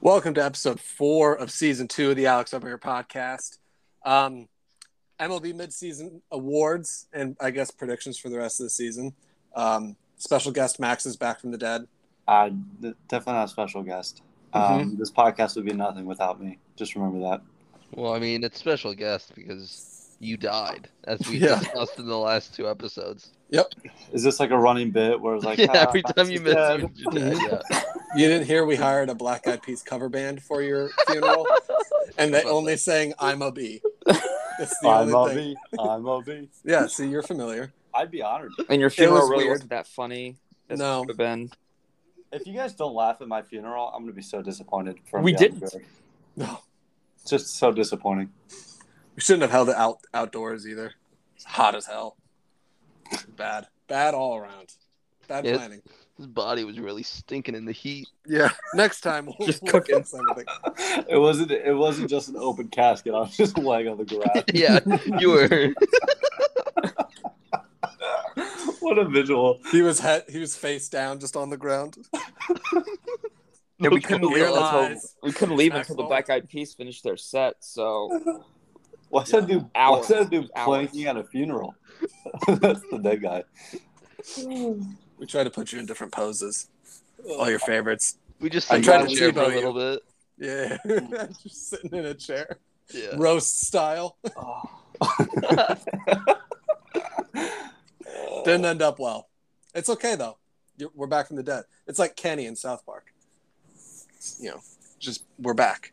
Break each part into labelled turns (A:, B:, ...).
A: Welcome to episode four of season two of the Alex Over Here podcast. Um, MLB midseason awards and I guess predictions for the rest of the season. Um, special guest Max is back from the dead.
B: Uh, d- definitely not a special guest. Um, This podcast would be nothing without me. Just remember that.
C: Well, I mean, it's special guest because you died, as we
A: Yeah.
C: discussed in the last two episodes.
B: Is this like a running bit where it's like
C: yeah,
B: "Ah,
C: every
B: Max
C: time
B: is
C: you miss
B: dead."
C: you, you die. Yeah.
A: You didn't hear we hired a Black Eyed Peas cover band for your funeral, and they only sang "I'm a Bee." That's the
B: I'm
A: only thing.
B: OB. I'm OB.
A: Yeah, see, you're familiar.
B: I'd be honored
D: And your funeral
A: was
D: really
A: weird.
D: wasn't that funny. As
A: No.
D: it could have been.
B: if you guys don't laugh at my funeral. I'm gonna be so disappointed. From
D: We
B: the
D: didn't.
B: outdoor.
A: No,
B: Just so disappointing.
A: we shouldn't have held it out outdoors either. It's hot as hell. Bad, bad all around. Bad
C: Yeah.
A: planning.
C: His body was really stinking in the heat.
A: Yeah. Next time we'll
D: Just
A: we'll
D: cooking.
A: fix everything.
B: It wasn't. It wasn't just an open casket. I was just laying on the ground.
C: yeah, you were.
B: what a visual.
A: He was he- he was face down, just on the ground.
D: Yeah, we
C: Look
D: couldn't
C: at
D: leave
C: the-
A: realize-
D: until we couldn't leave until the
A: Axel.
D: Black Eyed Peas finished their set. So
B: What's that dude? What's
D: Hours.
B: that dude
D: Hours.
B: planking at a funeral? That's the dead guy.
A: We tried to put you in different poses. All your favorites.
C: We just
A: I
C: sat
A: tried
C: in
A: to
C: the chair for a
A: Tebow you.
C: little bit.
A: Yeah. just sitting in a chair,
C: Yeah.
A: roast style.
B: Oh.
D: Oh.
A: Didn't end up well. It's okay though. You're, we're back from the dead. It's like Kenny in South Park. You know, just we're back.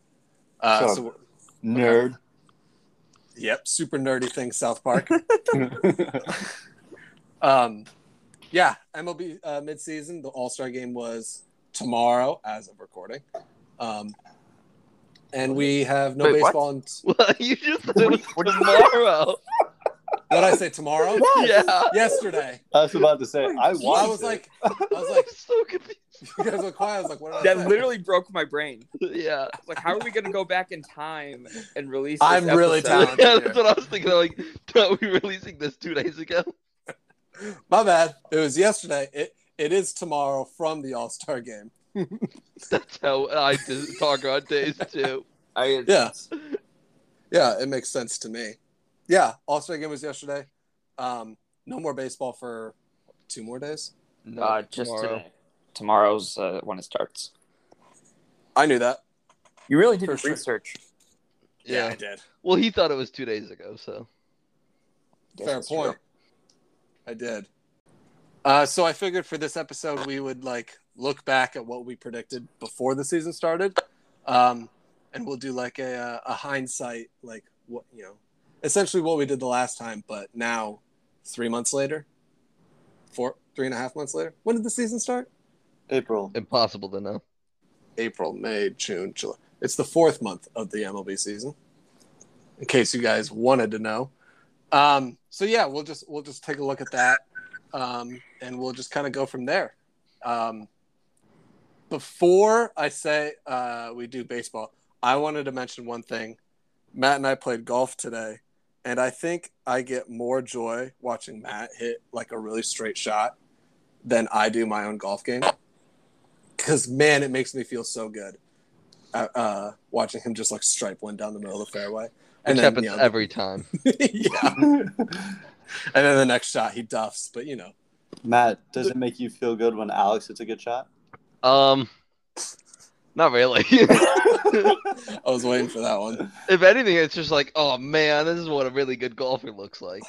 A: Uh,
B: Shut
A: so,
B: up. Nerd.
A: yep, super nerdy thing, South Park. Um, yeah, MLB uh, midseason. The All Star game was tomorrow as of recording. Um, and we have no
D: Wait, what?
A: baseball. And
C: Well, you just said it was tomorrow.
A: what I say tomorrow?
C: Yeah.
A: Yesterday.
B: I was about to say. I
A: Well, I
B: watched
A: was
B: it.
A: like, I was
C: I'm
A: like,
C: so confused.
A: you guys were quiet. I was like, what did I
D: that
A: say?
D: literally broke my brain.
C: Yeah.
D: I was Like, how are we going to go back in time and release? This
A: I'm really
D: episode?
A: talented.
C: Yeah, that's what I was thinking. I'm like, are we releasing this two days ago?
A: My bad. It was yesterday. It it is tomorrow from the All Star game.
C: That's how I just talk on days too.
D: I,
A: Yeah. Yeah, it makes sense to me. Yeah, All Star game was yesterday. Um, no more baseball for two more days.
C: No,
D: uh, just
C: tomorrow.
D: today. Tomorrow's uh, when it starts.
A: I knew that.
D: You really did
A: For sure.
D: research.
C: Yeah.
A: I did.
C: Well, he thought it was two days ago, so
D: Guess
A: Fair
D: it's
A: point.
D: real.
A: I did. Uh, so I figured for this episode we would like look back at what we predicted before the season started, um, and we'll do like a, uh, a hindsight, like what you know, essentially what we did the last time, but now three months later, four, three and a half months later. When did the season start?
B: April.
C: impossible to know.
A: April, May, June, July. It's the fourth month of the MLB season. In case you guys wanted to know. Um, so yeah, we'll just we'll just take a look at that, um, and we'll just kind of go from there. Um, before I say uh, we do baseball, I wanted to mention one thing. Matt and I played golf today, and I think I get more joy watching Matt hit like a really straight shot than I do my own golf game because man, it makes me feel so good uh, uh, watching him just like stripe one down the middle of the fairway,
C: Which
A: and then
C: happens
A: you know,
C: every time.
A: yeah, and then the next shot he duffs, but you know,
B: Matt, does it make you feel good when Alex hits a good shot?
C: Um, not really.
A: I was waiting for that one.
C: if anything, it's just like, oh man, this is what a really good golfer looks like.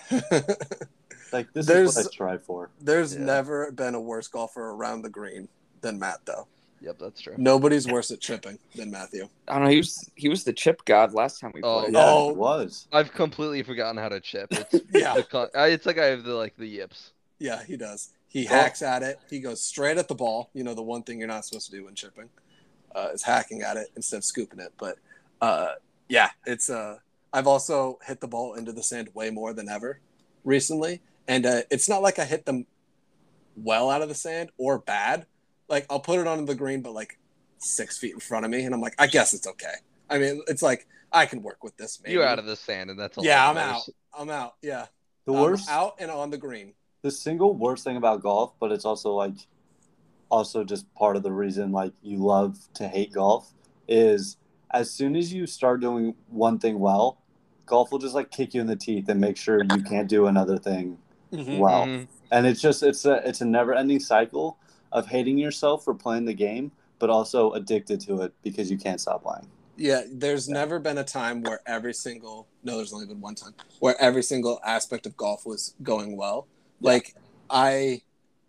B: Like this
A: There's-
B: is what I strive for.
A: There's
C: Yeah.
A: never been a worse golfer around the green than Matt, though.
C: Yep, that's true.
A: Nobody's worse at chipping than Matthew.
D: I don't know. He was he was the chip god last time we
C: Oh,
D: played.
B: Yeah,
A: Oh.
B: it was.
C: I've completely forgotten how to chip. It's
A: Yeah,
C: the con- I, it's like I have the like the yips.
A: yeah, he does. He hacks at it. He goes straight at the ball. You know, the one thing you're not supposed to do when chipping uh, is hacking at it instead of scooping it. But uh, yeah, it's. Uh, I've also hit the ball into the sand way more than ever recently, and uh, it's not like I hit them well out of the sand or bad. Like I'll put it on the green, but like six feet in front of me, and I'm like, I guess it's okay. I mean, it's like I can work with this. Maybe.
C: You're out of the sand, and that's all.
A: Yeah,
C: that
A: I'm
C: matters.
A: I'm out. Yeah,
B: The
A: I'm
B: worst.
A: out and on the green.
B: the single worst thing about golf, but it's also like also just part of the reason like you love to hate golf is as soon as you start doing one thing well, golf will just like kick you in the teeth and make sure you can't do another thing
A: Mhm.
B: well.
C: Mhm.
B: And it's just it's a it's a never ending cycle of hating yourself for playing the game, but also addicted to it because you can't stop playing.
A: Yeah, there's never been a time where every single no, there's only been one time where every single aspect of golf was going well. Like I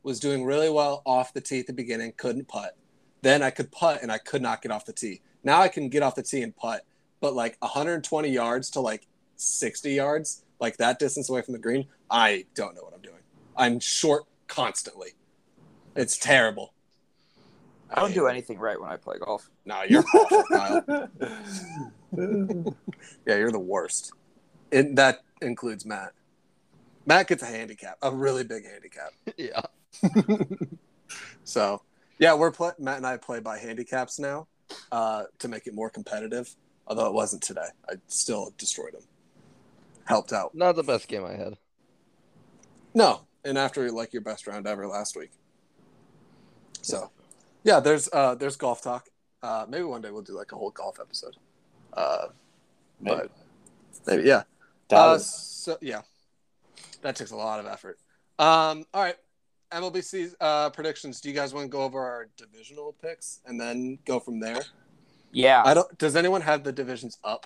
A: was doing really well off the tee at the beginning, couldn't putt. Then I could putt and I could not get off the tee. Now I can get off the tee and putt, but like 120 yards to like 60 yards, like that distance away from the green, I don't know what I'm doing. I'm short constantly. It's terrible.
D: I don't do
A: hate it.
D: anything right when I play golf.
A: No, you're awful, Kyle. Yeah, you're the worst. And that includes Matt. Matt gets a handicap, a really big handicap.
C: Yeah.
A: So, yeah, we're play- Matt and I play by handicaps now uh, to make it more competitive. Although it wasn't today, I still destroyed him. Helped out.
C: Not the best game I had.
A: No, and after like your best round ever last week. So, yeah, there's uh, there's golf talk. Uh, maybe one day we'll do like a whole golf episode. Uh,
B: Maybe.
A: maybe yeah.
B: Doubt
A: Uh,
B: it.
A: so, yeah, that takes a lot of effort. Um, all right, MLBC uh, predictions. Do you guys want to go over our divisional picks and then go from there?
D: Yeah,
A: I don't. Does anyone have the divisions up?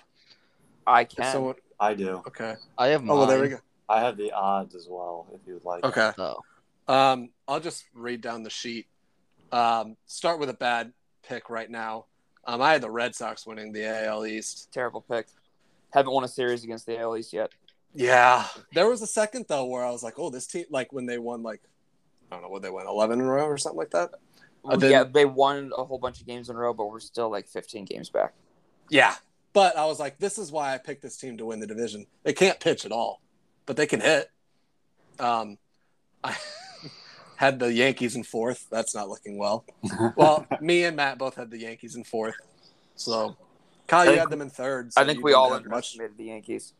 D: I
A: If
D: can.
A: someone.
B: I do.
A: Okay.
C: I have mine.
A: Oh, well, there we go.
B: I have the odds as well, if you'd like.
A: Okay.
C: Oh.
A: Um, I'll just read down the sheet. Um, start with a bad pick right now. Um, I had the Red Sox winning the AL East.
D: Terrible pick. Haven't won a series against the ALEs yet.
A: Yeah. There was a second though where I was like, oh, this team like when they won like I don't know what they won eleven in a row or something like that. Uh, then-
D: yeah, they won a whole bunch of games in a row, but we're still like 15 games back.
A: Yeah. But I was like, this is why I picked this team to win the division. They can't pitch at all, but they can hit. Um, I had the Yankees in fourth. That's not looking well. Well, me and Matt both had the Yankees in fourth. So, Kyle, you
D: think-
A: had them in third. so
D: I think
A: you
D: we
A: didn't
D: all
A: have much.
D: underestimated the Yankees.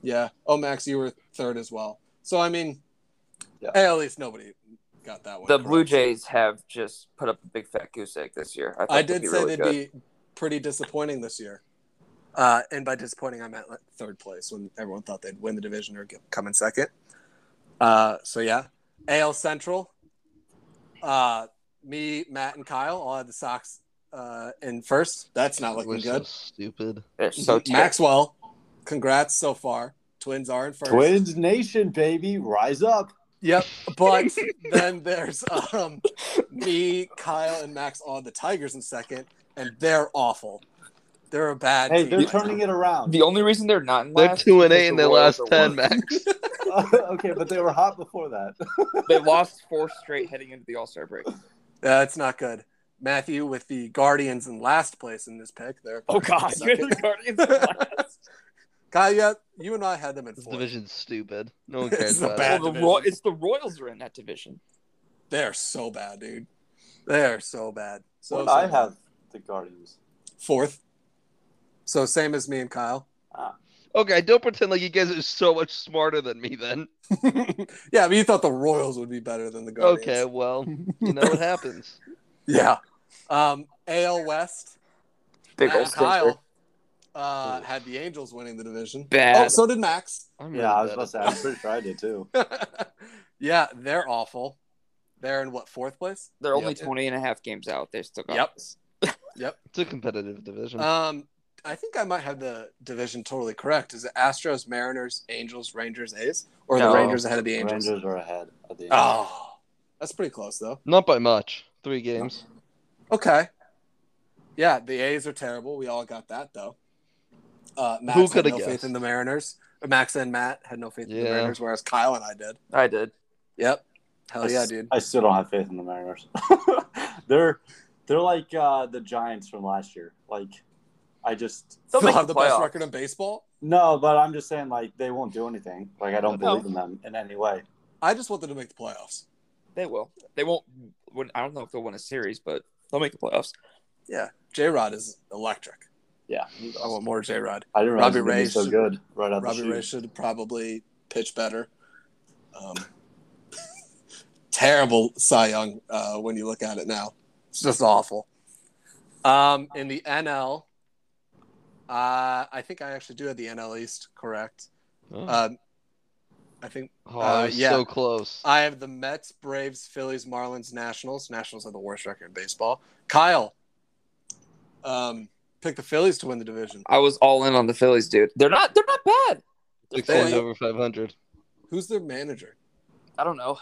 A: Yeah. Oh, Max, you were third as well. So, I mean,
B: Yeah.
A: at least nobody got that one.
D: The
A: correct.
D: Blue Jays have just put up a big fat goose egg this year. I, thought
A: I
D: they'd
A: did
D: be
A: say
D: really
A: they'd
D: good.
A: be pretty disappointing this year. Uh, and by disappointing, I meant like third place when everyone thought they'd win the division or get, come in second. Uh, so yeah, AL Central. Uh, me, Matt, and Kyle all had the Sox uh, in first. That's not looking
C: We're so
A: good.
C: stupid.
D: They're so tight.
A: Maxwell, congrats so far. Twins are in first.
B: Twins Nation, baby, rise up.
A: Yep. But then there's um, me, Kyle, and Max all the Tigers in second, and they're awful. They're a bad.
B: Hey,
A: team
B: they're
A: right now.
B: turning it around.
D: The only reason they're not in
C: They're
D: last
C: two
D: is
C: and
D: because
C: eight in
D: the
C: their
D: Royals
C: last
D: are
C: ten,
D: worse.
C: Max.
B: okay, but they were hot before that.
D: they lost four straight heading into the All Star break.
A: That's not good. Matthew with the Guardians in last place in this pick. There.
D: Oh God, you're the Guardians. of the
A: Kyle, yeah, you and I had them in
C: This
A: fourth.
C: division's stupid. No one
A: It's
C: cares
A: the
C: about
A: bad-
C: it.
D: Well, the
A: division.
D: Roy- it's the Royals are in that division.
A: They're so bad, dude. They're so bad. So
B: So
A: so
B: I
A: bad.
B: have the Guardians.
A: fourth. So same as me and Kyle.
C: Okay, don't pretend like you guys are so much smarter than me then.
A: yeah, but you thought the Royals would be better than the Guardians.
C: Okay, well, you know what happens.
A: Yeah. Um, AL West.
D: Big
A: Matt
D: old
A: and Kyle
D: stinker.
A: uh, had the Angels winning the division.
D: Bad.
A: Oh, so did Max.
C: I'm
B: Yeah, I was
C: really
B: about to say,
C: bad
B: I'm
C: at
B: pretty sure I did too.
A: yeah, they're awful. They're in what fourth place?
D: They're only
A: Yep.
D: 20 and a half games out. They still got
A: Yep.
D: this.
C: it. It's a competitive division.
A: Um, I think I might have the division totally correct. Is it Astros, Mariners, Angels, Rangers, A's, or
D: No.
A: the Rangers ahead of the Angels?
B: Rangers are ahead of the
A: Oh, that's pretty close though.
C: Not by much.
A: uh,
C: Three games.
A: Okay. Yeah, the A's are terrible. We all got that though. Uh, Max
C: Who
A: had
C: coulda
A: no faith
C: guessed?
A: in the Mariners. Max and Matt had no faith in the
C: Yeah.
A: Mariners, whereas Kyle and I did.
D: I did.
A: Yep.
B: I
A: Hell Oh, yeah,
B: s-
A: dude.
B: I still don't have faith in the Mariners. they're they're like uh, the Giants from last year. Like I just
D: They'll
A: Still
D: make
A: have the
D: the
A: best
D: playoffs.
A: record in baseball.
B: no, but I'm just saying like they won't do anything. Like I don't
C: No.
B: believe in them in any way.
A: I just want them to make the playoffs.
D: They will. They won't. Win, I don't know if they'll win a series, but they'll make the playoffs.
A: Yeah, J Rod is electric.
B: Yeah,
A: I want more J Rod.
B: I didn't realize
A: Robbie
B: Robbie Ray
A: Ray
B: so
A: should-
B: good right out
A: Robbie
B: the
A: Ray
B: chute.
A: should probably pitch better. Um, terrible Cy Young uh, when you look at it now. It's just awful. Um, in the NL, uh, I think I actually do have the NL East correct.
C: Oh,
A: Um, I think
C: oh,
A: uh,
C: I was
A: yeah. Uh,
C: so close.
A: I have the Mets, Braves, Phillies, Marlins, Nationals. Nationals have the worst record in baseball. Kyle, um, pick the Phillies to win the division.
D: I was all in on the Phillies, dude. They're not. They're not bad. They're
C: Six
A: they-
C: wins
D: fine.
C: over 500.
A: Who's their manager?
D: I don't know.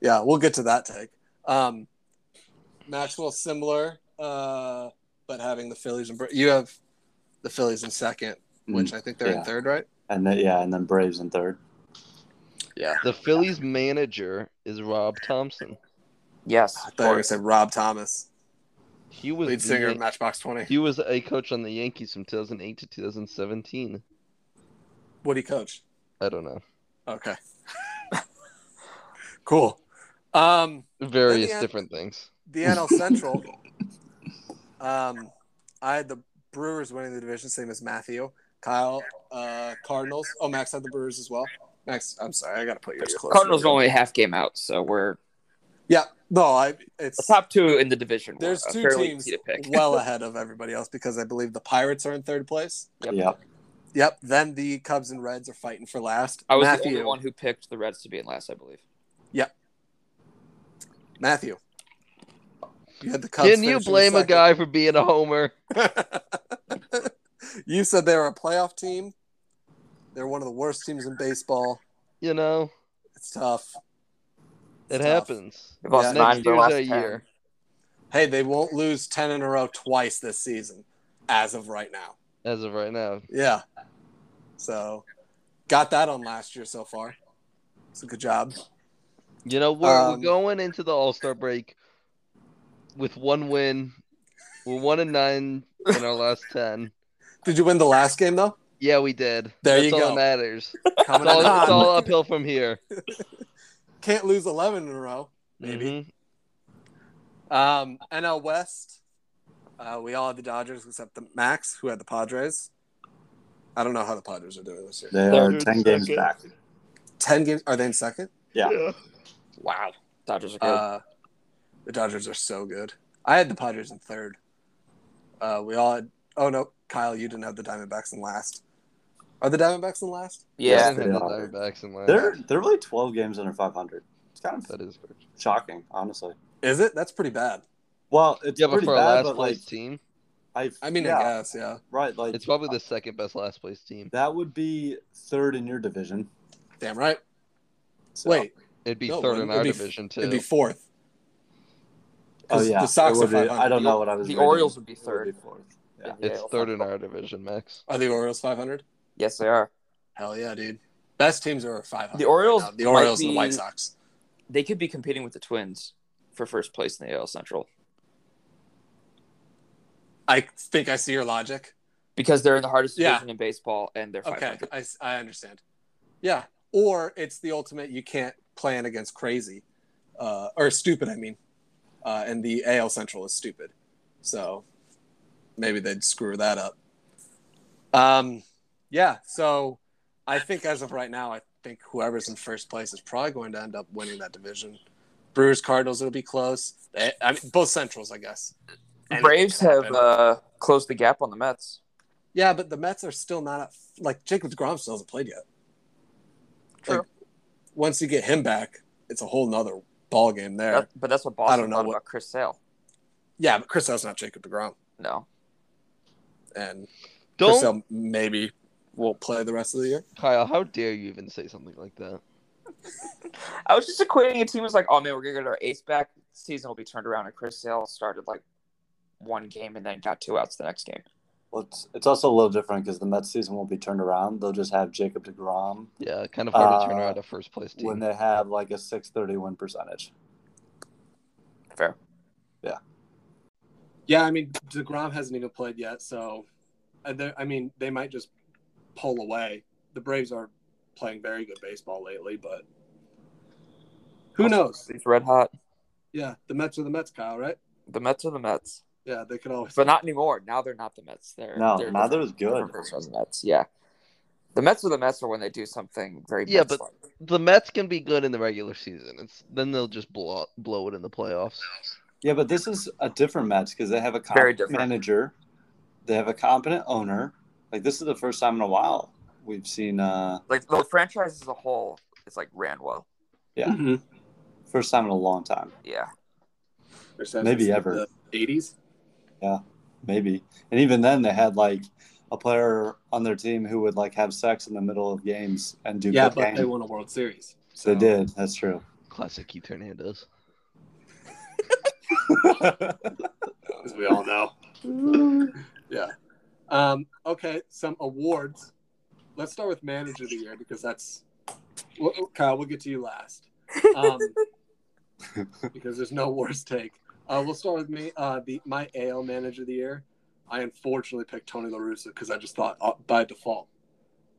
A: yeah, we'll get to that take. Um, Maxwell similar, uh, but having the Phillies and you have the Phillies in second, which I think they're
B: yeah.
A: in third, right?
B: and then yeah, and then Braves in third.
A: Yeah,
C: The Phillies manager is Rob Thompson.
D: Yes.
A: I thought you were gonna say Rob Thomas,
C: He was
A: lead
C: the
A: singer of
C: Yan-
A: Matchbox Twenty.
C: He was a coach on the Yankees from 2008 to 2017.
A: What do you coach?
C: I don't know.
A: Okay, cool. Um,
C: Various
A: end-
C: different things.
A: the NL Central. um, I had the Brewers winning the division, same as Matthew, Kyle, uh, Cardinals. Oh, Max had the Brewers as well. Max, I'm sorry, I gotta put yours closer.
D: Cardinals are only half game out, so we're
A: Yeah, no, I
D: the
A: it's
D: top two in the division. were
A: there's
D: a
A: two
D: fairly
A: teams
D: easy to pick.
A: well ahead of everybody else because I believe the Pirates are in third place.
D: Yep.
B: Yeah,
A: Yep. Then the Cubs and Reds are fighting for last.
D: I was the
A: Matthew,
D: only one who picked the Reds to be in last, I believe.
A: Matthew, you had the Cubs.
C: Can you
A: finishing
C: blame a
A: second.
C: guy for being a homer?
A: you said they were a playoff team. They're one of the worst teams in baseball.
C: You know,
A: It's tough.
C: it
A: It's tough.
C: happens.
D: They've lost
A: Yeah.
D: nine
C: Next
D: of their
C: year's
D: last
C: our
D: 10.
C: year.
A: Hey, they won't lose ten in a row twice this season, as of right now.
C: As of right now,
A: Yeah. So, got that on last year so far. It's a good job.
C: you know we're,
A: Um,
C: we're going into the All Star break with one win. We're one and nine in our last ten.
A: Did you win the last game though?
C: Yeah, we did.
A: There
C: That's
A: you
C: all
A: go.
C: that matters. It's
A: Coming in
C: all, it's
A: hot.
C: all uphill from here.
A: Can't lose eleven in a row. Maybe.
C: Mhm.
A: Um, NL West. Uh, we all had the Dodgers except the Max, who had the Padres. I don't know how the Padres are doing this year.
B: they
C: They're
B: are
C: in
B: ten games
C: second.
B: back.
A: Ten games. Are they in second?
B: Yeah.
D: Wow. Dodgers are good.
A: Uh, the Dodgers are so good. I had the Padres in third. Uh, we all had. Oh no, Kyle, you didn't have the Diamondbacks in last. Are the Diamondbacks in last?
C: I
D: yeah.
C: didn't have the
B: they are.
C: Diamondbacks in last.
B: They're they're really twelve games under five hundred. It's kind of
C: That is correct.
B: shocking, honestly.
A: Is it? That's pretty bad.
B: Well, it's
C: Yeah, but
B: pretty
C: for a
B: bad,
C: last
B: but
C: place
B: like
C: team,
B: I,
A: I mean,
B: yeah,
A: I guess, yeah.
B: right, like
C: it's probably the second best last place team.
B: that would be third in your division.
A: Damn right.
B: So-
A: Wait,
C: It'd be
A: No,
C: third
A: it'd
C: in our
A: be-
C: division too.
A: it'd be fourth.
B: oh
A: 'Cause
B: yeah,
A: the Sox are
B: it would be-
A: 500.
B: I don't know what I was.
D: The
B: reading.
D: Orioles would be
B: It would
D: third.
B: be fourth.
D: Yeah,
B: Yeah.
C: it's
D: yeah,
C: third oh. in our division, Max.
A: Are the Orioles 500?
D: Yes, they are.
A: Hell yeah, dude. Best teams are 500.
D: The Orioles
A: right now. the
D: might
A: Orioles and the White
D: be-
A: Sox.
D: They could be competing with the Twins for first place in the AL Central
A: I think I see your logic.
D: because they're in the hardest
A: Yeah.
D: division in baseball and they're
A: Okay,
D: 500.
A: I, I understand. Yeah, or it's the ultimate you can't plan against crazy, uh, or stupid. I mean, uh, and the AL Central is stupid, so maybe they'd screw that up. Um, yeah. So I think as of right now, I think whoever's in first place is probably going to end up winning that division. Brewers, Cardinals, it'll be close. Eh, I mean, both Centrals, I guess.
D: The Braves
A: Anything can
D: have
A: happen.
D: uh, closed the gap on the Mets.
A: Yeah, but the Mets are still not at, like Jacob Degrom still hasn't played yet.
D: True.
A: Like, once you get him back, it's a whole nother ball game there.
D: That- but that's what Boston
A: I don't know
D: thought
A: what-
D: about Chris Sale.
A: yeah, but Chris Sale's not Jacob Degrom,
D: No.
A: and Chris
C: Don't
A: Sale maybe will play the rest of the year.
C: Kyle, how dare you even say something like that?
D: I was just equating a team as like, oh man, we're gonna get our ace back. Season will be turned around, and Chris Sale started like one game and then got two outs the next game.
B: Well, it's, it's also a little different because the Mets season won't be turned around. They'll just have Jacob Degrom
C: Yeah, kind of hard to turn
B: Uh,
C: around a first place team.
B: when they have like a six thirty win percentage.
D: Fair.
A: Yeah, I mean Degrom hasn't even played yet, so uh, I mean they might just pull away. The Braves are playing very good baseball lately, but who knows?
D: He's red hot.
A: Yeah, the Mets are the Mets, Kyle, right?
D: The Mets are the Mets,
A: Yeah, they could always.
D: but not anymore. Now they're not the Mets. They're
B: No,
D: they're
B: now they're good.
D: different version of the Mets. Yeah, the Mets are the Mets are when they do something very
C: Yeah,
D: Mets-like.
C: the Mets can be good in the regular season. It's then they'll just blow blow it in the playoffs.
B: Yeah, but this is a different match because they have a
D: Very
B: competent
D: different.
B: manager, they have a competent owner. Like this is the first time in a while we've seen uh
D: Like the franchise as a whole, it's like ran well.
B: Yeah. first time in a long time,
D: Yeah.
A: Or since
B: Maybe
A: the
B: ever.
A: 80s.
B: maybe. And even then they had like a player on their team who would like have sex in the middle of games and do
A: yeah,
B: cocaine.
A: but they won a World Series.
B: They did. That's true.
C: Classic Keith Hernandez.
A: as we all know. yeah. Um, okay, some awards. Let's start with manager of the year because that's well, oh, Kyle. We'll get to you last um, because there's no worst take. Uh, we'll start with me. Uh, the my AL manager of the year. I unfortunately picked Tony La Russa because I just thought uh, by default.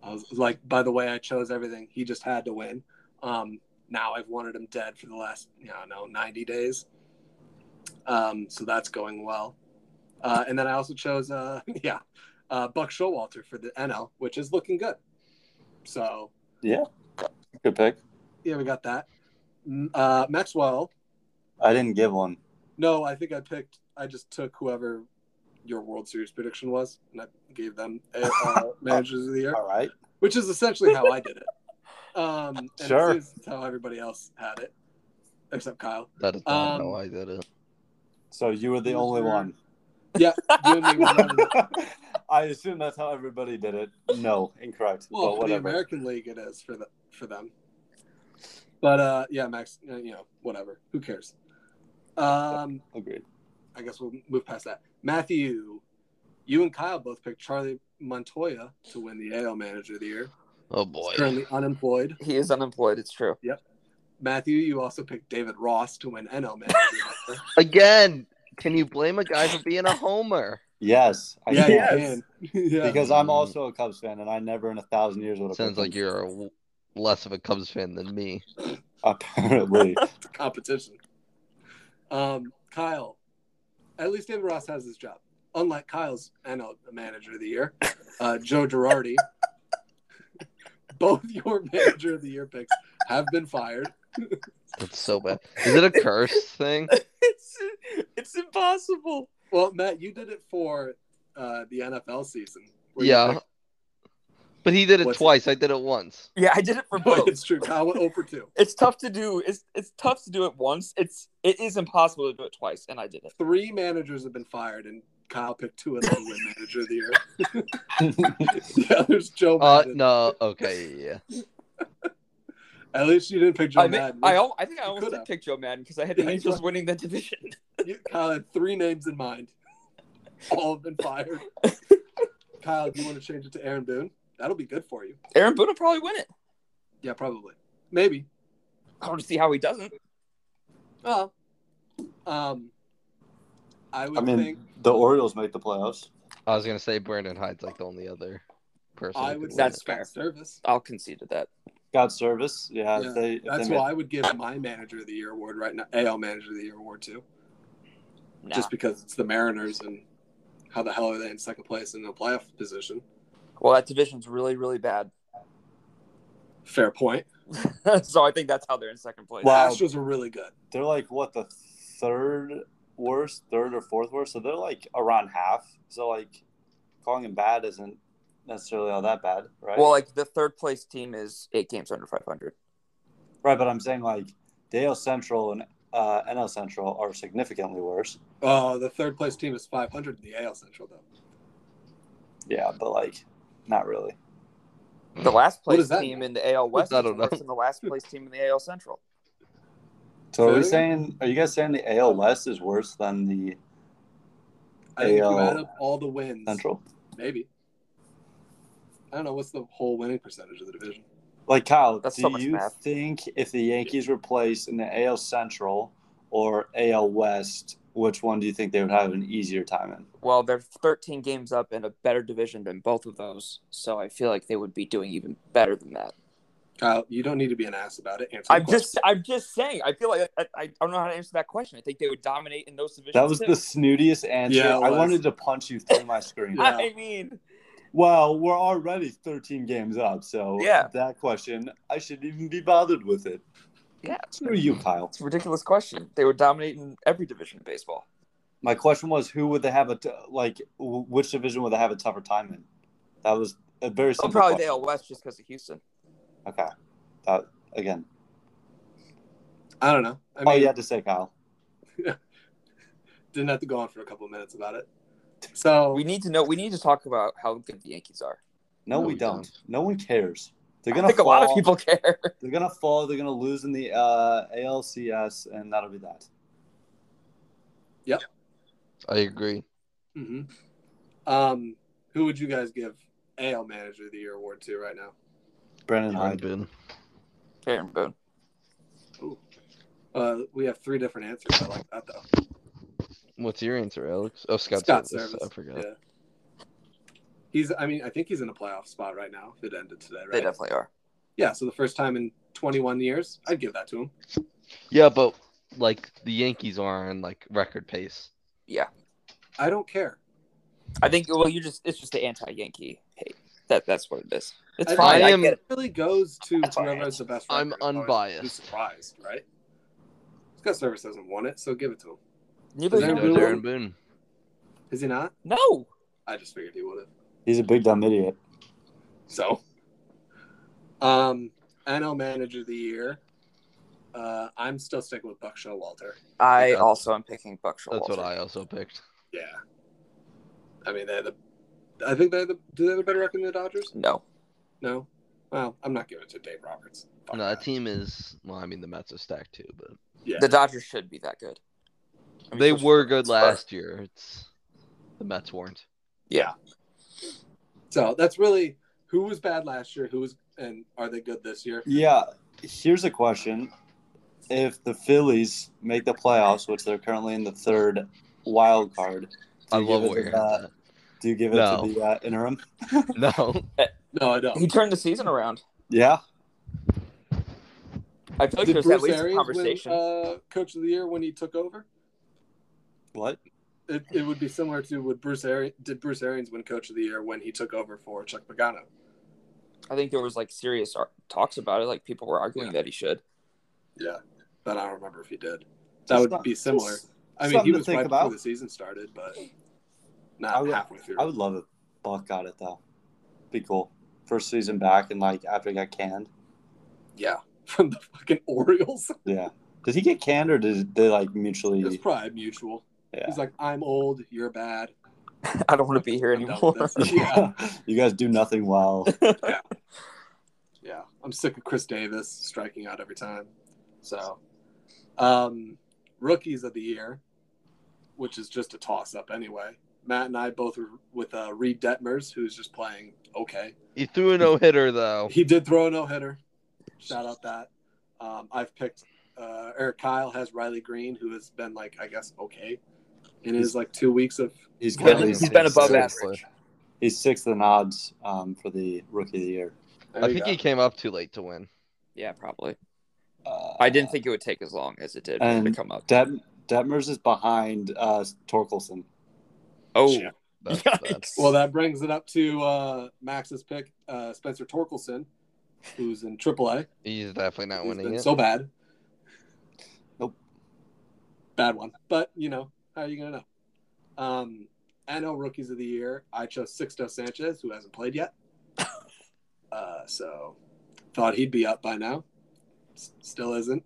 A: I was like, by the way, I chose everything. He just had to win. Um, now I've wanted him dead for the last, you know, no, 90 days. Um, so that's going well. Uh, and then I also chose, uh, yeah, uh, Buck Showalter for the NL, which is looking good. So
B: Good pick.
A: yeah, we got that. Mm, Uh, Maxwell.
B: I didn't give one.
A: No, I think I picked. I just took whoever your World Series prediction was, and I gave them uh, uh, managers of the year,
B: All right.
A: which is essentially how I did it. Um, and it
B: Sure.
A: seems that's how everybody else had it, except Kyle.
C: That is not
A: Um,
C: how I did it.
B: So you were the only one.
A: Yeah, you and me were running
B: I assume that's how everybody did it. No, incorrect.
A: well,
B: but
A: for the
B: whatever.
A: American League it is for the for them. But uh, yeah, Max, uh, you know, whatever. Who cares? Um,
B: Agreed.
A: I guess we'll move past that. Matthew, you and Kyle both picked Charlie Montoya to win the AL Manager of the Year.
C: Oh
A: He's
C: boy.
A: currently unemployed.
D: He is unemployed, it's true.
A: Matthew, you also picked David Ross to win NL Manager. Of the Year.
C: Again, can you blame a guy for being a homer?
B: Yes. I
A: yeah,
B: can.
A: yeah, man. yeah.
B: Because I'm also a Cubs fan, and I never in a thousand years would have.
C: Sounds
B: picked
C: like
B: them.
C: you're a- less of a Cubs fan than me.
B: apparently.
A: competition. Um, Kyle, at least David Ross has his job. Unlike Kyle's NL Manager of the Year, uh, Joe Girardi, both your Manager of the Year picks have been fired.
C: That's so bad. Is it a curse thing?
D: It's it's impossible.
A: Well, Matt, you did it for uh, the NFL season. where you
C: yeah.
A: picked-
C: But he did it
A: What's it-
C: twice. I did it once.
D: Yeah, I did it for
A: But
D: both.
A: it's true. Kyle went over two.
D: it's tough to do. It's it's tough to do it once. It's it is impossible to do it twice, and I did it.
A: Three managers have been fired, and Kyle picked two of them to win Manager of the Year. yeah, there's Joe
C: Uh,
A: Madden.
C: no. Okay. Yeah. yeah.
A: At least you didn't pick Joe
D: I, think,
A: Madden.
D: I, al- I think I
A: You
D: almost
A: could've.
D: did pick Joe Madden because I had
A: Yeah,
D: the
A: you
D: Angels
A: could.
D: winning the division.
A: You, Kyle had three names in mind. All have been fired. Kyle, do you want to change it to Aaron Boone? That'll be good for you.
D: Aaron Boone will probably win it.
A: Yeah, probably. Maybe.
D: I don't see how he doesn't.
A: Oh. Um, I would
B: I mean,
A: think
B: the Orioles make the playoffs.
C: I was gonna say Brandon Hyde's like the only other person.
A: I
C: who
A: would
C: could
A: say
C: win
D: That's
C: it.
A: Scott
D: fair.
A: Service.
D: I'll concede to that.
B: Got service. Yeah.
A: Yeah,
B: if they, if
A: That's
B: they
A: who
B: made-
A: I would give my Manager of the Year award right now, AL Manager of the Year award to,
D: Nah.
A: just because it's the Mariners and how the hell are they in second place in a playoff position?
D: well, that division's really really bad.
A: Fair point.
D: so I think that's how they're in second place.
A: The
B: Wow.
A: Astros are really good.
B: they're like what the third worst, third or fourth worst. So they're like around half. So like calling them bad isn't necessarily all that bad, right?
D: Well, like the third place team is eight games under five hundred.
B: right, but I'm saying like Dale Central and uh, NL Central are significantly worse.
A: Oh, the third place team is 500 in the AL Central though.
B: Yeah, but like not really.
D: The last
A: What
D: place
A: does that
D: team in the AL West
C: I
D: is
C: don't
D: worse
C: know.
D: than the last place team in the AL Central.
B: So are we
A: Say
B: saying? Are you guys saying the AL West is worse than the
A: I think if you
B: AL
A: add up all the wins.
B: Central?
A: Maybe. I don't know. What's the whole winning percentage of the division?
B: Like Kyle,
D: That's
B: do
D: so much
B: you
D: math.
B: think if the Yankees were placed in the AL Central or AL West, which one do you think they would have an easier time in?
D: Well, they're 13 games up in a better division than both of those, so I feel like they would be doing even better than that.
A: Kyle, you don't need to be an ass about it. Answer the
D: I'm
A: question.
D: just, I'm just saying. I feel like I, I, I don't know how to answer that question. I think they would dominate in those divisions.
B: That was
D: too.
B: the snootiest answer.
A: Yeah, it
B: I
A: was.
B: wanted to punch you through my screen.
A: Yeah.
D: I mean,
B: Well, we're already 13 games up, so
D: Yeah.
B: that question, I shouldn't even be bothered with it.
D: Yeah, it's,
B: Who are you, Kyle?
D: it's a ridiculous question. They were dominating every division of baseball.
B: My question was, who would they have a t- like? w- Which division would they have a tougher time in? That was a very
D: Oh,
B: simple.
D: probably
B: question.
D: the AL West just because of Houston.
B: Okay, that again.
A: I don't know. I
B: oh,
A: mean,
B: you had to say Kyle.
A: didn't have to go on for a couple of minutes about it. So
D: We need to know. We need to talk about how good the Yankees are.
B: No,
C: No,
B: we
C: we
B: don't.
C: don't.
B: No one cares. They're
D: I
B: gonna
D: think
B: fall.
D: a lot of people care.
B: They're gonna fall. They're gonna lose in the uh, ALCS, and that'll be that.
C: I agree.
A: hmm Um, who would you guys give AL Manager of the Year award to right now?
B: Brandon
C: Jordan
B: Hyde.
C: Boone.
D: Aaron Boone.
A: Uh, we have three different answers. I like that though.
C: What's your answer, Alex? Oh, Scott,
A: Scott
C: Service.
A: Service.
C: I forgot.
A: Yeah. He's. I mean, I think he's in a playoff spot right now. If it ended today,
D: They
A: right?
D: definitely are.
A: Yeah. So the first time in 21 years, I'd give that to him.
C: Yeah, but like the Yankees are on like record pace.
A: I don't care.
D: I think. Well, you just. It's just the anti-Yankee hate. That that's what it is. It's
A: I-
D: fine.
C: I
D: I,
C: am-
D: get it.
A: It really goes to
D: That's all
A: whoever
D: right.
A: has the best.
C: I'm
A: record. Always
C: unbiased.
A: be surprised, right? Scott Service doesn't want it, so give it to him.
D: Neither
A: Is
D: of
A: Aaron
D: them-
A: Boone
C: No, Aaron
A: won?
C: Boone.
A: Is he not?
D: No.
A: I just figured he would have.
B: He's a big dumb idiot.
A: So, um, NL Manager of the Year. Uh, I'm still sticking with Buck Showalter.
D: I
C: That's-
D: also am picking Buck
C: That's
D: Showalter.
C: what I also picked.
A: Yeah, I mean they're the. I think they're the. Do they have a better record than the Dodgers?
D: No.
A: No. Well, I'm not giving it to Dave Roberts. Fuck
C: No, that
A: that.
C: team is well. I mean, the Mets are stacked too, but
A: Yeah.
D: The Dodgers should be that good. I mean,
C: they
D: first-
C: were good
D: it's
C: last year. It's the Mets weren't.
D: Yeah.
A: So that's really who was bad last year. Who was and are they good this year?
B: Yeah. Here's a question: If the Phillies make the playoffs, which they're currently in the third wild card, do
C: I
B: you
C: love
B: give it to
C: where you're
B: the-
C: at.
B: do you give it
C: No.
B: to the uh, interim?
C: No,
A: No, I don't.
D: He turned the season around.
B: Yeah.
D: I feel like
A: Did
D: there's
A: Bruce
D: at least
A: Arians
D: a conversation.
A: win uh, Coach of the Year when he took over?
B: What?
A: It, it would be similar to would Bruce Arians did Bruce Arians win Coach of the Year when he took over for Chuck Pagano?
D: I think there was like serious ar- talks about it. Like people were arguing that he should.
A: Yeah, but I don't remember if he did. That would
B: Just-
A: be similar.
B: just
A: I mean, he
B: something to
A: was
B: think
A: right
B: about.
A: before the season started, but
B: I
A: not
B: would-
A: halfway through.
B: I would love if Buck got it though. Be cool. First season back, and like after he got canned.
A: yeah, from the fucking Orioles.
B: Yeah. Did he get canned or did they like mutually?
A: It was probably mutual.
B: yeah.
A: He's like, I'm old, you're bad.
D: I don't want to be here
A: I'm done with
D: anymore.
A: this. Yeah,
B: you guys do nothing well.
A: yeah. I'm sick of Chris Davis striking out every time. So, um, rookies of the year, which is just a toss up anyway. Matt and I both were with uh, Reed Detmers, who's just playing okay.
C: he threw a no hitter though.
A: He did throw a no hitter. Shout out that. Um, I've picked uh, Eric Kyle has Riley Green, who has been like I guess okay in his like two weeks of
B: He's
A: been-
B: currently
A: he's
D: been above
B: sixth.
D: average.
B: He's sixth in odds um, for the rookie of the year.
A: There
C: I
A: you
C: think
A: go.
C: he came up too late to win.
D: yeah, probably.
B: Uh,
D: I didn't think it would take as long as it did for him to
B: And
D: come up.
B: Det- Detmers is behind uh, Torkelson.
D: Oh,
A: Yeah.
C: That's bad.
D: yikes.
A: Well, that brings it up to uh, Max's pick, uh, Spencer Torkelson, who's in AAA.
C: He's definitely not
A: He's
C: winning
A: been
C: it.
A: so bad.
B: Nope.
A: Bad one. But, you know, how are you going to know? Um, NL Rookies of the Year, I chose Sixto Sanchez, who hasn't played yet. uh, so thought he'd be up by now. S- still isn't.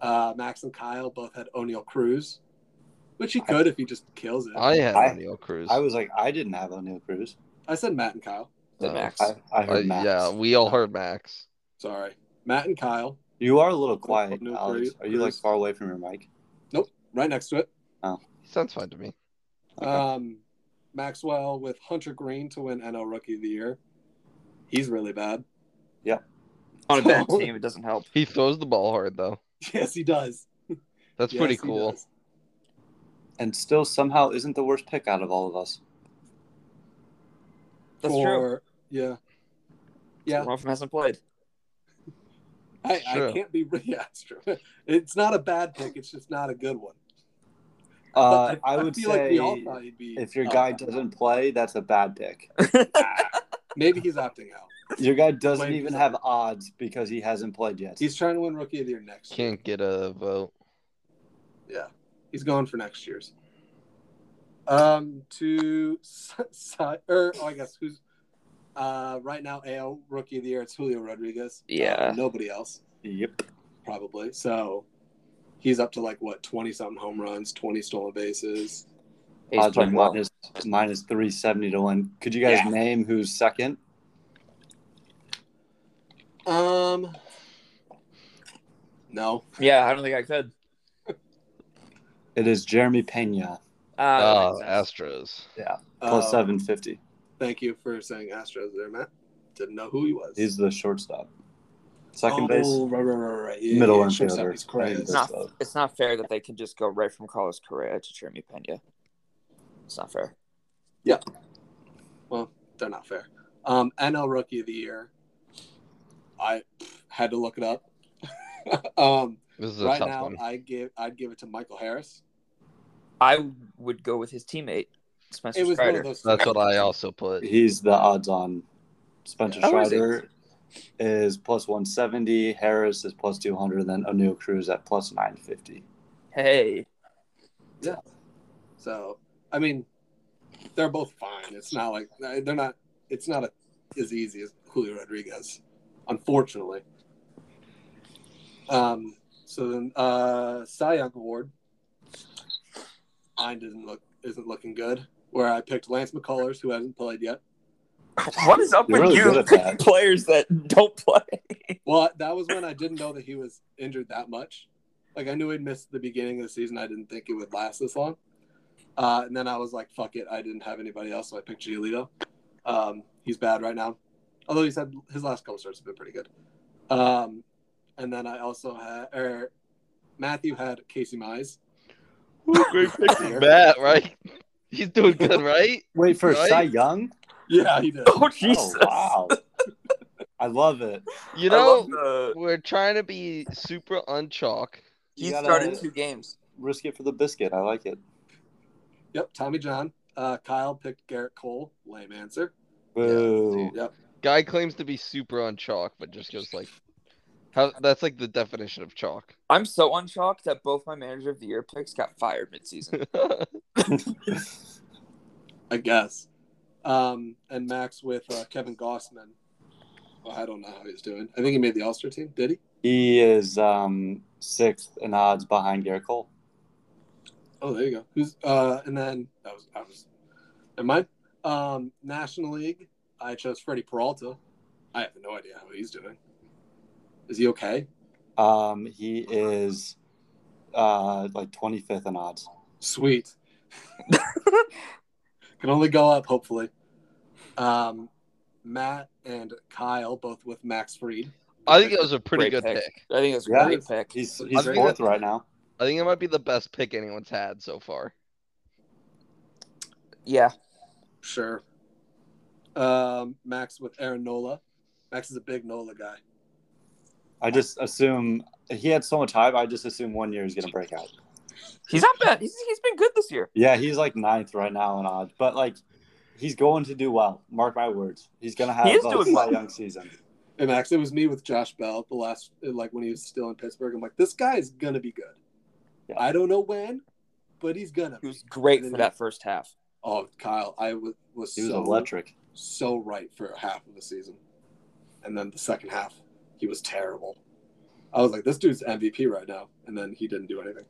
A: Uh, Max and Kyle both had O'Neill Cruz, which he could if he just kills it. I,
C: I had
B: I-
C: O'Neill Cruz.
B: I was like, I didn't have O'Neill Cruz.
A: said Matt and Kyle.
D: Did
C: Oh.
D: Max.
B: I, I
C: Uh,
B: heard Max.
C: yeah, we all heard Max.
A: Sorry. Matt and Kyle,
B: You are a little quiet,
A: O'Neill
B: Alex.
A: Cruz-
B: Are you like
A: Cruz.
B: far away from your mic?
A: right next to it.
C: Sounds fine to me.
B: Okay.
A: Um, Maxwell with Hunter Green to win NL Rookie of the Year. He's really bad.
D: On a bad team, it doesn't help.
C: He throws the ball hard though.
A: Yes, he does.
C: That's
A: Yes,
C: pretty
A: he
C: cool.
A: does.
B: and still somehow isn't the worst pick out of all of us.
D: That's true.
A: For- Yeah. Yeah.
D: One of them hasn't played.
A: I, I
C: True.
A: can't be. Yeah, it's true. It's not a bad pick. It's just not a good one.
B: Uh,
A: But
B: I would
A: feel
B: say
A: like we all thought he'd be.
B: if your
A: up.
B: guy doesn't play, that's a bad pick.
A: maybe he's opting out.
B: Your guy doesn't
A: Wait,
B: even
A: so-
B: have odds because he hasn't played yet.
A: He's trying to win Rookie of the Year next year.
C: Can't get a vote.
A: He's going for next year's. Um, to side or oh, I guess who's uh right now AL Rookie of the Year? It's Julio Rodriguez.
D: Yeah.
A: Uh, nobody else
B: yep.
A: probably. So he's up to like what twenty something home runs, twenty stolen bases.
D: He's
B: Odds are
D: playing well.
B: minus minus three seventy to one. Could you guys
D: Yeah.
B: name who's second?
A: Um, no.
D: Yeah, I don't think I could.
B: It is Jeremy Pena.
D: Uh,
C: Oh,
D: that makes sense.
C: Astros.
A: Uh,
B: plus seven fifty.
A: Thank you for saying Astros there, Matt. Didn't know who he was.
B: He's the shortstop. Second
A: oh,
B: base.
A: Right, right, right, right. Yeah,
B: Middle
A: yeah,
B: infielder. uh,
A: shortstop, he's crazy.
D: it's not it's not fair that they can just go right from Carlos Correa to Jeremy Pena. It's not fair.
A: They're not fair. Um, NL Rookie of the Year. I had to look it up. um,
C: This is a
A: right
C: tough
A: now, uh,
C: one.
A: I give I'd give it to Michael Harris.
D: I would go with his teammate, Spencer
A: It was one
D: Strider.
A: of those.
C: That's what I also put.
B: He's the odds on Spencer
D: Oh, is he?
B: Strider is plus one seventy, Harris is plus two hundred, then O'Neill Cruz at plus nine fifty.
D: Hey,
A: So I mean, they're both fine. It's not like they're not. It's not a, as easy as Julio Rodriguez, unfortunately. Um. So then, uh, Cy Young Award. Mine didn't look isn't looking good. Where I picked Lance McCullers, who hasn't played yet.
D: what is up
B: You're
D: with
B: really good
D: you
B: at that.
D: players that don't play?
A: Well, that was when I didn't know that he was injured that much. Like I knew he'd missed the beginning of the season. I didn't think it would last this long. Uh, and then I was like, "Fuck it!" I didn't have anybody else, so I picked Giolito. Um, he's bad right now, although he's had his last couple starts have been pretty good. Um, and then I also had er, Matthew had Casey Mize.
C: Great pick from Matt, right? He's doing good, right?
B: Wait for
C: Right?
B: Cy Young?
A: Yeah, he did.
D: Oh Jesus!
B: Oh, wow. I love it.
C: You
D: I
C: know,
D: love the-
C: we're trying to be super unchalk.
B: You
D: uh, he
B: gotta
D: started two games.
B: risk it for the biscuit. I like it.
A: Yep, Tommy John. Uh, Kyle picked Garrett Cole. Lame answer.
B: Boo.
C: dude.
A: Yep.
C: Guy claims to be super unchalk, but just goes like, how? That's like the definition of chalk.
D: I'm so unchalked that both my manager of the year picks got fired midseason.
A: I guess. Um, and Max with uh, Kevin Gossman. Well, I don't know how he's doing. I think he made the All Star team. Did he?
B: He is um, sixth in odds behind Garrett Cole.
A: Oh, there you go. Who's uh, and then that was I was. Never mind. Um, National League. I chose Freddie Peralta. I have no idea how he's doing. Is he okay?
B: Um, he is uh, like 25th in odds.
A: Sweet. Can only go up, hopefully. Um, Matt and Kyle both with Max Freed.
C: I think it was a pretty
D: Great
C: good
D: pick.
C: pick.
D: I think it was a
B: Yeah.
D: great pick.
B: He's
A: I
B: he's
A: think
B: fourth
C: that-
B: right now.
C: I think it might be the best pick anyone's had so far.
D: yeah,
A: Sure. Um, Max with Aaron Nola. Max is a big Nola guy.
B: I just assume he had so much hype. I just assume one year he's gonna break out.
D: he's not bad. He's, he's been good this year.
B: Yeah, he's like ninth right now in odds, but like he's going to do well. Mark my words, he's gonna have
D: He is
B: a
D: doing
B: Cy
D: well.
B: Young season.
A: Hey Max, it was me with Josh Bell the last, like when he was still in Pittsburgh. I'm like, this guy is gonna be good.
B: Yeah.
A: I don't know when, but he's gonna.
D: He was great for that first half.
A: Oh, Kyle, I was was,
B: He was
A: so,
B: electric.
A: so right for half of the season, and then the second half, he was terrible. I was like, this dude's MVP right now, and then he didn't do anything.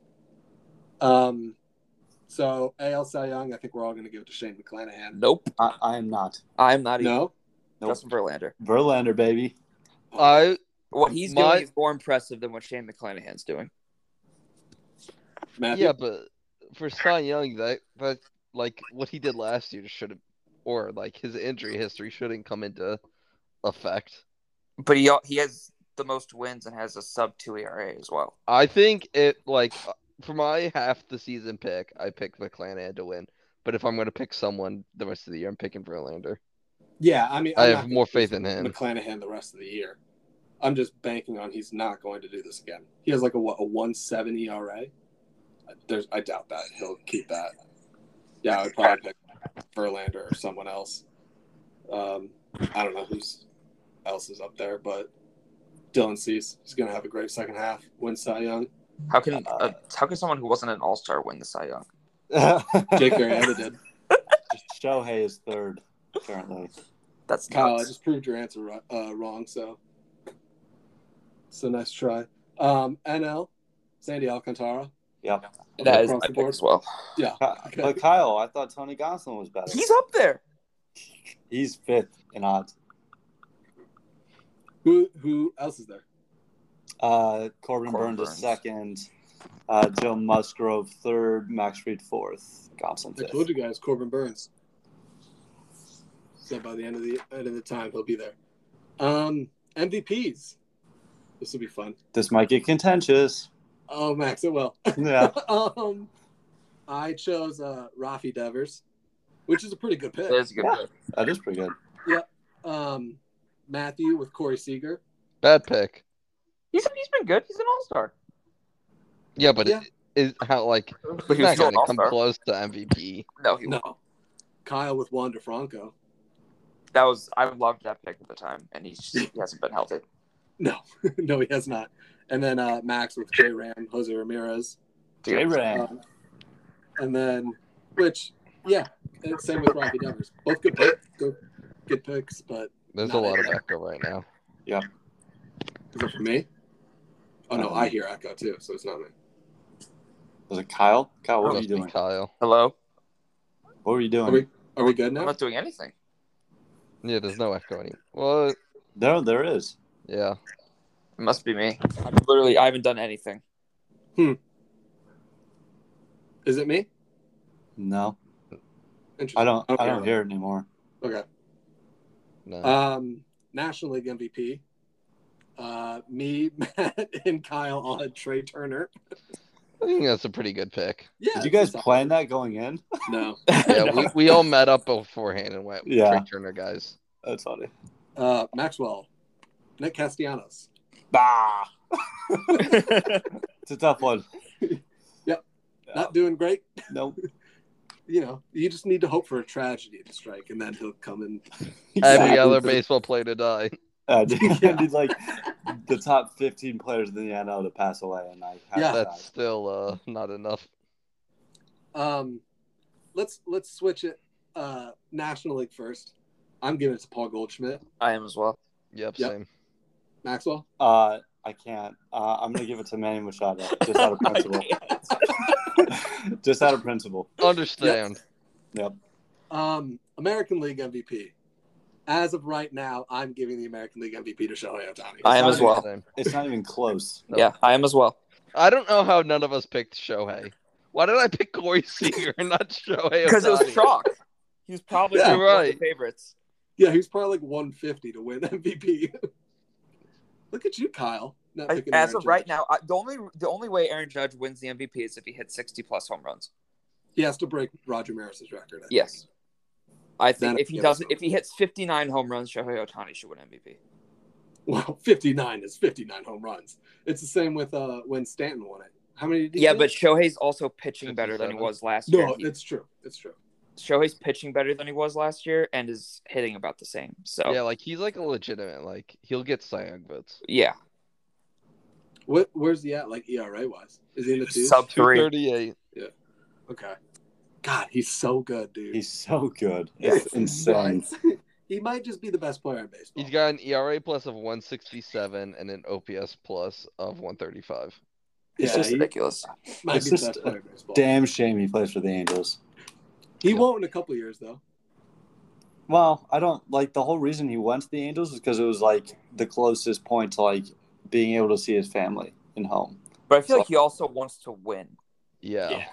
A: Um, so AL Cy Young, I think we're all gonna give it to Shane McClanahan.
D: Nope,
B: I, I am not
D: I'm not even
A: No,
B: Nope.
D: Justin Verlander.
B: Verlander, baby.
C: I
D: What he's
C: My-
D: doing is more impressive than what Shane McClanahan's doing.
A: Matthew.
C: yeah, but for Cy Young, that that like what he did last year should have, or like his injury history shouldn't come into effect.
D: But he he has the most wins and has a sub two ERA as well.
C: I think it like uh, for my half the season pick, I picked McClanahan to win. But if I'm going to pick someone the rest of the year, I'm picking Verlander.
A: Yeah, I mean,
C: I
A: I'm
C: have
A: not gonna
C: more
A: choose
C: faith in him.
A: McClanahan the rest of the year. I'm just banking on he's not going to do this again. He has like a what a one seven ERA. There's I doubt that he'll keep that. Yeah, I would probably pick Verlander or someone else. Um, I don't know who's else is up there, but Dylan Cease is going to have a great second half, win Cy Young.
D: How can uh, how can someone who wasn't an All Star win the Cy Young?
A: Jake Arrieta did.
B: Shohei is third currently.
D: That's
A: Kyle, Oh, I
D: nuts.
A: just proved your answer ri- uh, wrong, so so nice try. Um, NL, Sandy Alcantara.
B: Yep.
D: that is
A: across
D: my
A: the
D: pick
A: board.
D: as well.
A: Yeah,
B: Ky- But Kyle, I thought Tony Gonsolin was better.
D: He's up there.
B: He's fifth in odds.
A: who who else is there?
B: Uh, Corbin,
D: Corbin
B: Burns, is
D: Burns.
B: second. Uh, Joe Musgrove third. Max Fried fourth. Gonsolin
A: I told
B: fifth.
A: you guys, Corbin Burns. So by the end of the end of the time, he'll be there. Um, MVPs. This will be fun.
B: This might get contentious.
A: Oh, Max, it will.
B: Yeah.
A: um, I chose uh, Rafi Devers, which is a pretty good pick.
D: That is a good
B: Yeah.
D: pick.
B: That is pretty good.
A: Um, Matthew with Corey Seager.
C: Bad pick.
D: He's he's been good. He's an All Star.
C: Yeah, but
A: Yeah.
C: it is how like
D: But
C: he's
D: he was
C: not
D: still
C: going
D: an
C: to
D: All
C: come
D: Star.
C: close to MVP.
D: No, he
A: No, Kyle with Juan DeFranco.
D: that was I loved that pick at the time, and he's just, he hasn't been healthy.
A: No, no, he has not. And then uh, Max with J Ram, Jose Ramirez.
B: J Ram.
A: Um, and then, which, yeah, and same with Rafi Devers. Both good, pick, good, good picks, but
C: There's
A: Not
C: a lot of
A: it.
C: echo right now.
A: is it for me? Oh no, I hear echo too, so it's not me.
B: Was it Kyle? Kyle, what were
C: Must
B: you
C: be
B: doing?
C: Kyle.
D: Hello,
B: What were you
A: Are
B: doing?
A: we are we good
D: I'm
A: now?
D: not doing anything.
C: Yeah, there's no echo anymore. Well,
B: No, there is.
C: yeah.
D: It must be me. I'm literally, I haven't done anything.
A: Is it me?
B: No,
A: Interesting.
B: I don't. I
A: Okay.
B: don't hear it anymore.
A: Okay.
C: No.
B: Uh,
A: Um, National League MVP. Uh, me, Matt, and Kyle all had Trey Turner.
C: I think that's a pretty good pick.
A: Yeah.
B: Did you guys
A: it's-
B: plan that going in?
A: No.
C: Yeah, we, we all met up beforehand and went
B: Yeah.
C: Trey Turner guys.
B: That's funny.
A: Uh, Maxwell, Nick Castellanos.
B: Bah. it's a tough one.
A: Yep. Not doing great.
B: No.
A: You know, you just need to hope for a tragedy to strike, and then he'll come in.
C: Every
A: Yeah.
C: other baseball player to die.
B: Uh, dude,
A: Yeah.
B: need, like the top 15 players in the NL to pass away, and I have
A: Yeah.
B: that.
C: That's still uh, not enough.
A: Um, let's let's switch it. Uh, National League first. I'm giving it to Paul Goldschmidt.
D: I am as well.
C: Yep,
A: Yep.
C: same.
A: Maxwell.
B: Uh, I can't. Uh, I'm gonna give it to Manny Machado just out of principle. just out of principle.
C: Understand.
A: Um, American League MVP. As of right now, I'm giving the American League MVP to Shohei Otani.
D: I am as well.
C: Same.
B: It's not even close.
C: No.
D: Yeah, I am as well.
C: I don't know how none of us picked Shohei. Why did I pick Corey Seager and not Shohei?
D: Because it was
C: Ohtani?
D: chalk. He was probably
A: Yeah.
D: one of the
C: Right.
D: favorites.
A: Yeah, he's probably like 150 to win MVP. Look at you, Kyle. Not
D: I-
A: picking
D: As
A: Aaron
D: of right
A: Judge.
D: now, I, the only the only way Aaron Judge wins the MVP is if he hits 60 plus home runs.
A: he has to break Roger Maris's record. I think.
D: Yes, I think
A: That'd
D: if he
A: be
D: doesn't,
A: awesome.
D: if he hits 59 home runs, Shohei Otani should win MVP.
A: Well, 59 is 59 home runs. It's the same with uh when Stanton won it. How many did he
D: Yeah,
A: get?
D: but Shohei's also pitching better than he
C: 57.
D: was last year.
A: no,
D: He-
A: it's true. It's true.
D: Shohei's pitching better than he was last year and is hitting about the same. So
C: Yeah, like he's like a legitimate. Like he'll get Cy Young votes.
D: yeah.
A: What where's he at like ERA wise? Is he in the two?
D: Sub three.
C: 238.
A: okay. God, he's so good, dude.
B: He's so good.
A: Yeah.
B: It's insane.
A: Right. he might just be the best player in baseball.
C: He's got an ERA plus of 167 and an OPS plus of 135.
A: yeah,
D: It's just
A: he
D: ridiculous.
A: might
B: it's
A: be the
B: just
A: best player in baseball.
B: Damn shame he plays for the Angels.
A: He won't in a couple years though.
B: Well, I don't like the whole reason he went to the Angels is because it was like the closest point to like being able to see his family and home.
D: But I feel like he also wants to win.
C: Yeah.
A: Yeah.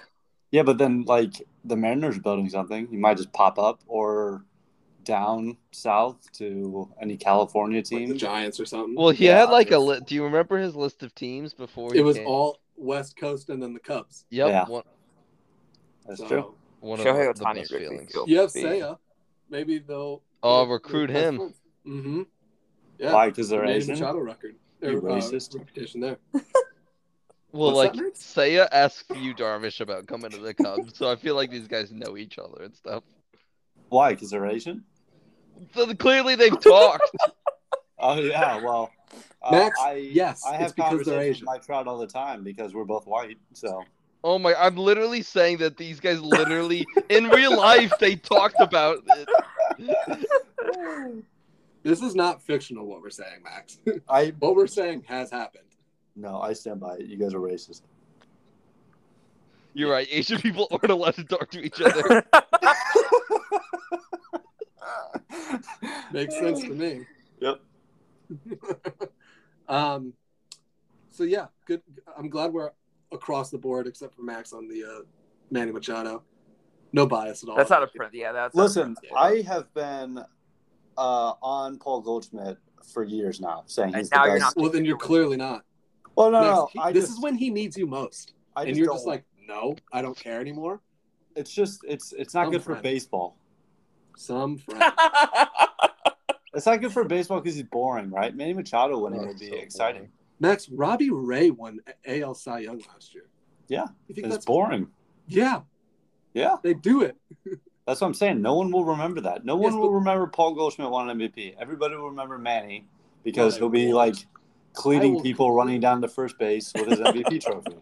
B: Yeah, but then like the Mariners building something, you might just pop up or down south to any California
A: Like the
B: team.
A: Giants or something.
C: Well, he
B: Yeah,
C: had like a.
B: it's-
C: Li- do you remember his list of teams before? He
A: it was
C: came?
A: all West Coast and then the Cubs.
C: Yep.
B: Yeah.
C: One,
B: That's
A: So,
B: true.
C: one
D: Shohei
C: of the
D: Ohtani
C: best
D: would be
C: feelings.
D: cool.
A: You have
D: Yeah.
A: Saya. uh, Maybe they'll
C: Oh,
A: they'll-
C: recruit
A: they're
C: him.
A: best friends. Mhm. Yeah.
B: Why? Because they're
A: Manny
B: Asian.
A: Machado record.
B: You
A: Or,
B: racist.
A: Uh, reputation there.
C: Well,
A: What's that,
C: like
A: Max?
C: Saya asked you, Darvish, about coming to the Cubs, so I feel like these guys know each other and stuff.
B: Why? Because they're Asian.
C: So th- clearly they've talked.
B: Oh yeah, well, uh,
A: Max,
B: I,
A: yes,
B: I
A: it's
B: have
A: because
B: conversations
A: they're
B: with
A: Asian.
B: Mike Trout all the time because we're both white. So
C: Oh my! I'm literally saying that these guys literally in real life they talked about it.
A: This is not fictional what we're saying, Max.
B: I
A: what we're saying has happened.
B: no, I stand by it. You guys are racist.
C: You're right. Asian people aren't allowed to talk to each other.
A: Makes sense to me.
B: Yep.
A: um, so yeah, good. I'm glad we're across the board except for Max on the uh, Manny Machado. No bias at all.
D: That's not a print. Yeah, that's
B: Listen, I have been uh, on Paul Goldschmidt for years now, saying
D: And
B: he's
D: now
B: the
D: you're
B: best.
A: Well, then you're clearly not.
B: Well, no,
A: Max,
B: no,
A: he-
B: I
A: this
B: just,
A: is when he needs you most,
B: I
A: and
B: just
A: you're
B: don't
A: just like, no, I don't care anymore.
B: it's just, it's, it's not good for
A: Sometimes.
B: baseball.
A: Some friend.
D: not.
B: It's not good for baseball because he's boring, right? Manny Machado winning
C: Oh,
B: would be
C: so
B: exciting.
A: Max Robbie Ray won AL Cy Young last year.
B: Yeah,
A: you think
B: It's
A: that's
B: boring.
A: yeah?
B: Yeah,
A: They do it.
B: that's what I'm saying. No one will remember that. No
A: Yes,
B: one will remember Paul Goldschmidt won an MVP. Everybody will remember Manny because
A: Well,
B: he'll
A: they
B: be
A: will.
B: like
A: I
B: cleaning
A: will-
B: people running down to first base with his MVP trophy.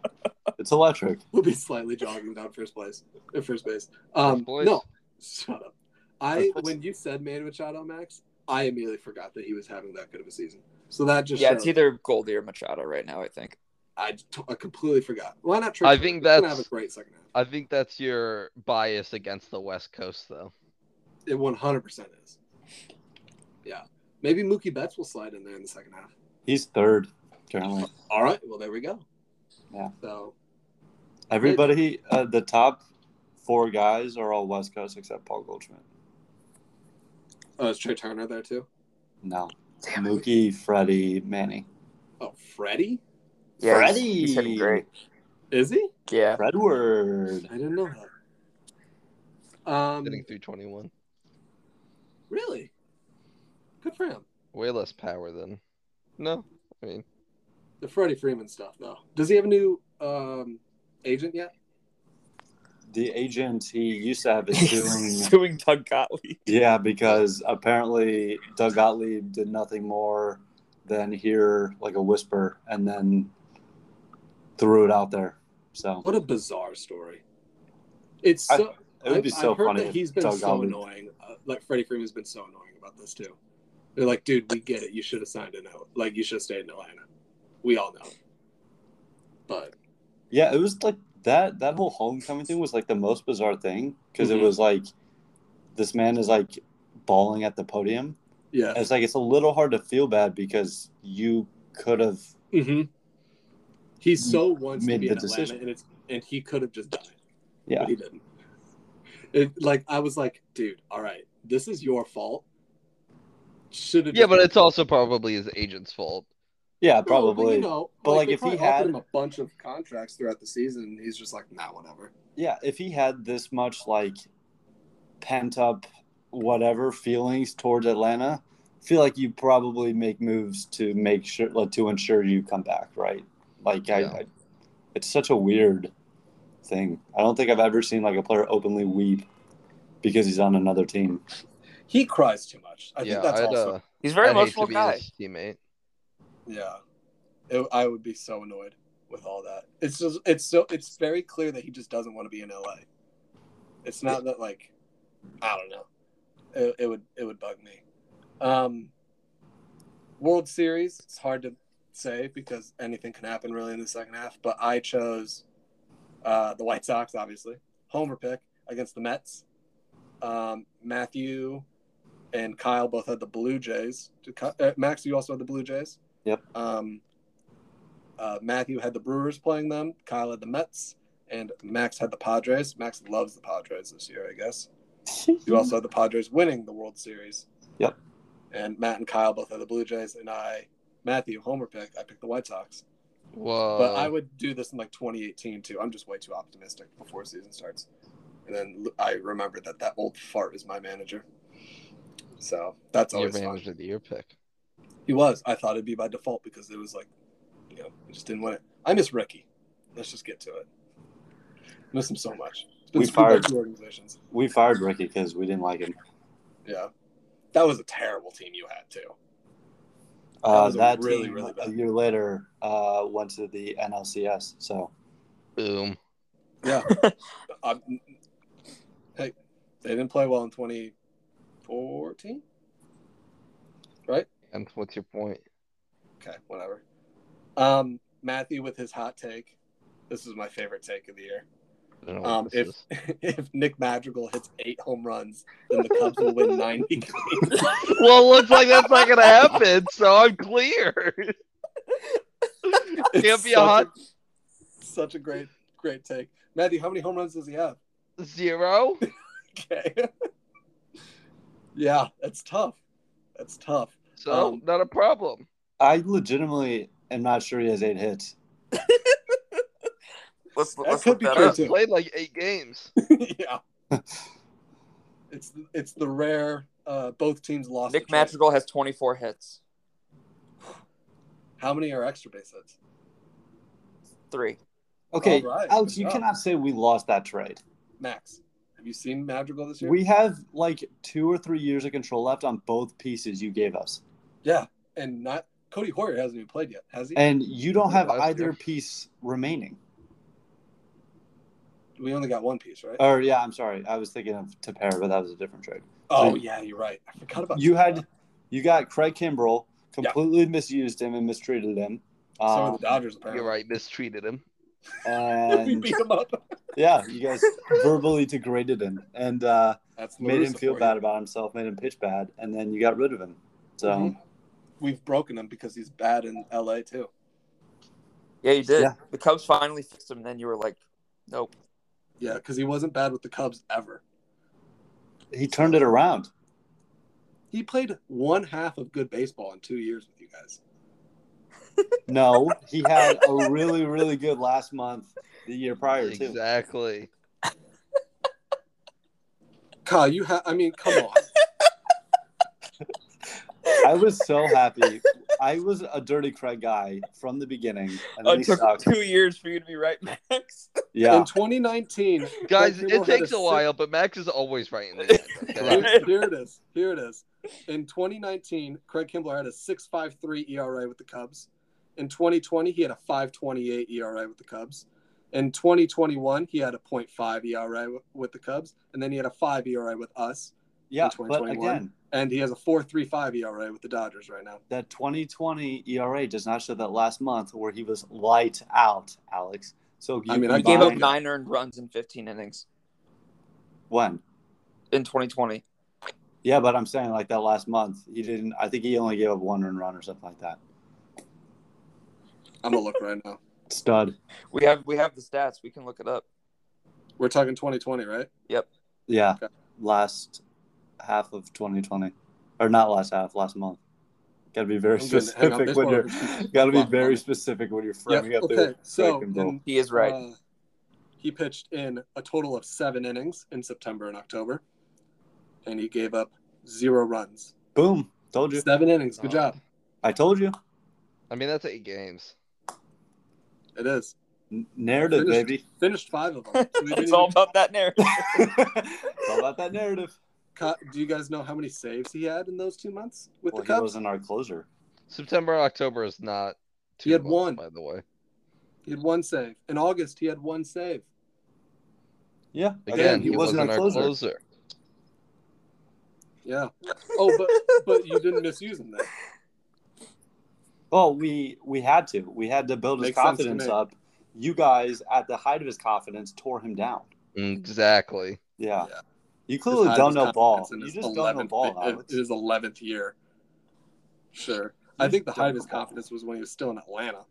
B: It's electric.
A: We'll be slightly jogging down first place at first base. Um,
C: First place.
A: No, shut up. I
B: First place.
A: when you said Manny Machado, Max, I immediately forgot that he was having that good of a season. So that just
D: yeah,
A: shows
D: it's either Goldie or Machado right now. I think.
A: I, t- I completely forgot. Why not?
C: I think
A: He's gonna
C: that's-
A: have a great second half.
C: I think that's your bias against the West Coast, though.
A: It one hundred percent is. Yeah, maybe Mookie Betts will slide in there in the second half.
B: He's third currently.
A: All right. Well, there we go.
B: Yeah.
A: So
B: Everybody, uh, the top four guys are all West Coast except Paul Goldschmidt.
A: oh, is Trey Turner there too?
B: No,
D: Damn.
B: Mookie, Freddie, Manny,
A: Oh, Freddie,
D: Yeah, he's-
B: Freddie.
D: he's hitting great.
A: is he?
D: Yeah.
B: Fredward.
A: I didn't know that. Um,
C: Hitting 321,
A: really? Good for him.
C: way less power than. No, I mean
A: The Freddie Freeman stuff, though. Does he have a new um, agent yet?
B: The agent he used to have is doing.
D: He's doing Doug Gottlieb.
B: Yeah, because apparently Doug Gottlieb did nothing more than hear like a whisper and then threw it out there. So
A: What a bizarre story. It's
B: I-
A: so.
B: it would be
A: I've-
B: so
A: I've heard
B: funny.
A: That
B: if
A: he's been
B: Doug
A: so
B: Gottlieb-
A: annoying. Uh, like Freddie Freeman's been so annoying about this too. They're like, dude, we get it. You should have signed in. Al- Like, you should have stayed in Atlanta. We all know. But
B: Yeah, it was like that. That whole homecoming thing was like the most bizarre thing because
A: Mhm.
B: it was like this man is like bawling at the podium. And
A: yeah,
B: it's like it's a little hard to feel bad because you could have.
A: hmm he so wants to
B: Mm-hmm. Made
A: be
B: the
A: in Atlanta,
B: decision.
A: and it's and he could have just died.
B: Yeah.
A: but he didn't. It, like I was like, dude, all right, this is your fault. Should have.
C: Yeah, but it's also probably his agent's fault.
B: Yeah,
A: No, but,
B: probably.
A: you know,
B: But, like,
A: they
B: if he
A: probably offered
B: had-
A: him a bunch of contracts throughout the season, and he's just like, nah, whatever.
B: yeah, if he had this much like pent up whatever feelings towards Atlanta, I feel like you probably make moves to make sure like, to ensure you come back, right? Like I,
C: Yeah.
B: I it's such a weird thing. I don't think I've ever seen like a player openly weep because he's on another team.
A: He cries too much. I
C: yeah,
A: think that's
C: I'd,
A: also
C: uh,
D: He's a very
C: I'd hate to
D: emotional
C: be
D: guy.
C: his teammate.
A: yeah. It- I would be so annoyed with all that. It's just it's so it's very clear that he just doesn't want to be in LA. It's not that like I don't know. It, it would it would bug me. Um, World Series. It's hard to say because anything can happen really in the second half. But I chose uh, the White Sox, obviously homer pick against the Mets. Um, Matthew and Kyle both had the Blue Jays. Did Ky- uh, Max, you also had the Blue Jays.
B: Yep.
A: Um, uh, Matthew had the Brewers playing them. Kyle had the Mets, and Max had the Padres. Max loves the Padres this year, I guess.
C: Mm-hmm.
A: You also had the Padres winning the World Series.
B: Yep.
A: And Matt and Kyle both had the Blue Jays, and I, Matthew, homer pick. I picked the White Sox,
C: Whoa.
A: but I would do this in like 2018 too. I'm just way too optimistic before season starts, and then l- I remembered that that old fart is my manager. So that's
C: your
A: always fun.
C: manager of the year pick.
A: He was. I thought it'd be by default because it was like, you know, I just didn't want it. I miss Ricky. Let's just get to it. Miss him so much. It's been
B: We
A: screwed by
B: fired-
A: two organizations.
B: we fired Ricky because we didn't like him.
A: Yeah, that was a terrible team you had too.
B: Uh,
A: was a
B: that
A: really,
B: team
A: really bad-
B: a year later uh, went to the NLCS. So
C: Boom.
A: Yeah. um, hey, they didn't play well in 2014.
C: And what's your point?
A: Okay, whatever. Um, Matthew with his hot take. This is my favorite take of the year.
C: I don't know what
A: Um,
C: Oh, this
A: if
C: is.
A: if Nick Madrigal hits eight home runs, then the Cubs will win 90 games.
C: Well, it looks like that's not gonna happen, so I'm clear.
A: It's
C: Can't be
A: such
C: a hot
A: Such a great, great take. Matthew, how many home runs does he have?
C: zero.
A: Okay. yeah, that's tough. That's tough.
C: So
A: Um,
C: not a problem.
B: I legitimately am not sure he has eight hits.
D: Let's,
A: That
D: let's
A: could
D: look
A: be
D: that
A: true
D: up.
A: too.
C: Played like eight games.
A: yeah. It's it's the rare. Uh, both teams lost.
D: Nick
A: the trade.
D: Madrigal has 24 hits.
A: How many are extra base hits?
D: Three.
B: Okay,
A: All right,
B: Alex,
A: good
B: you
A: job.
B: cannot say we lost that trade.
A: Max, have you seen Madrigal this year?
B: We have like two or three years of control left on both pieces you gave us,
A: yeah, and not Cody Hoyer hasn't even played yet, has he?
B: and you don't have
C: Last
B: either
C: year.
B: piece remaining.
A: we only got one piece, right?
B: Or yeah, I'm sorry, I was thinking of Tapera, but that was a different trade.
A: oh
B: so-
A: yeah, you're right. I forgot about
B: You had, you got Craig Kimbrell,
A: Yeah.
B: completely misused him and mistreated him.
A: some
B: Um,
A: of the Dodgers apparently.
C: You're right. Mistreated him.
A: we
B: and
A: beat him up.
B: yeah, you guys verbally degraded him and uh,
A: That's
B: made him
A: Larissa
B: feel
A: for you.
B: bad about himself, made him pitch bad, and then you got rid of him. So
A: Mhm. We've broken him because he's bad in LA too.
D: Yeah, you did.
B: Yeah.
D: The Cubs finally fixed him. Then you were like, nope.
A: Yeah, because he wasn't bad with the Cubs ever.
B: he turned it around.
A: He played one half of good baseball in two years with you guys.
B: No, he had a really, really good last month, the year prior too.
C: Exactly.
A: Kyle, you have. I mean, come on.
B: I was so happy. I was a dirty Craig guy from the beginning, and then
D: It
B: he
D: Oh, took
B: sucked.
D: two years for you to be right, Max.
B: Yeah,
A: In 2019,
C: Guys,
A: Craig Kimbrell
C: it
A: had
C: takes
A: a
C: a while, but Max is always right in the end.
A: Here,
C: okay?
A: here it is. Here it is. In 2019, Craig Kimbler had a 6.53 ERA E with the Cubs. In 2020, he had a 5.28 ERA with the Cubs. In 2021, he had a 0.5 ERA w- with the Cubs, and then he had a 5 ERA with us,
B: yeah.
A: in
B: But
A: 2021.
B: again,
A: and he has E a 4.35 ERA with the Dodgers right now.
B: that 2020 ERA does not show that last month where he was light out, Alex. So you
A: I mean, I
D: Gave up
A: Fine.
D: nine earned runs in 15 innings
B: when.
D: in 2020.
B: Yeah, but I'm saying like that last month, he didn't. I think he only gave up one run run or something like that.
A: I'm gonna look right now.
B: Stud.
D: We have we have the stats. We can look it up.
A: We're talking 2020, right?
B: Yeah,
A: Okay.
B: last half of 2020, or not last half, last month. Got to be very
A: I'm good. Hang on,
B: specific when
A: baseball
B: you're.
A: reference.
B: Got to be
A: Wow.
B: very specific when you're
A: Yep,
B: framing up
A: Okay.
B: the
A: So
B: Craig
A: in
B: Kimbrell.
D: He is right.
A: Uh, he pitched in a total of seven innings in September and October, and he gave up zero runs.
B: Boom! Told you.
A: Seven innings. Good
C: Uh,
A: job.
B: I told you.
C: I mean, that's eight games.
A: It is.
B: N- narrative,
A: Finished.
B: baby.
A: Finished five of them. So we didn't
D: it's all
A: even-
D: about that narrative.
B: it's all about that narrative.
A: Ca- Do you guys know how many saves he had in those two months with
B: Well,
A: the
B: he
A: Cubs?
B: wasn't our closer.
C: September, October is not.
A: He
C: two
A: had
C: months,
A: one.
C: by the way.
A: He had one save. In August, he had one save.
B: Yeah,
C: Again,
B: he, wasn't, our closer.
C: closer.
A: Yeah. Oh, but but you didn't misuse him there.
B: Well, we we had to. We had to build his
A: Makes sense to
B: confidence
A: me.
B: up. You guys, at the height of his confidence, tore him down.
C: Exactly.
B: Yeah.
A: Yeah.
B: You clearly
A: His highest
B: don't know ball.
A: confidence in
B: You
A: his
B: just don't know
A: 11th
B: ball,
A: it-
B: Alex.
A: it is eleventh year. Sure. I
B: You
A: think the height of
B: don't
A: his
B: know ball.
A: confidence was when he was still in Atlanta.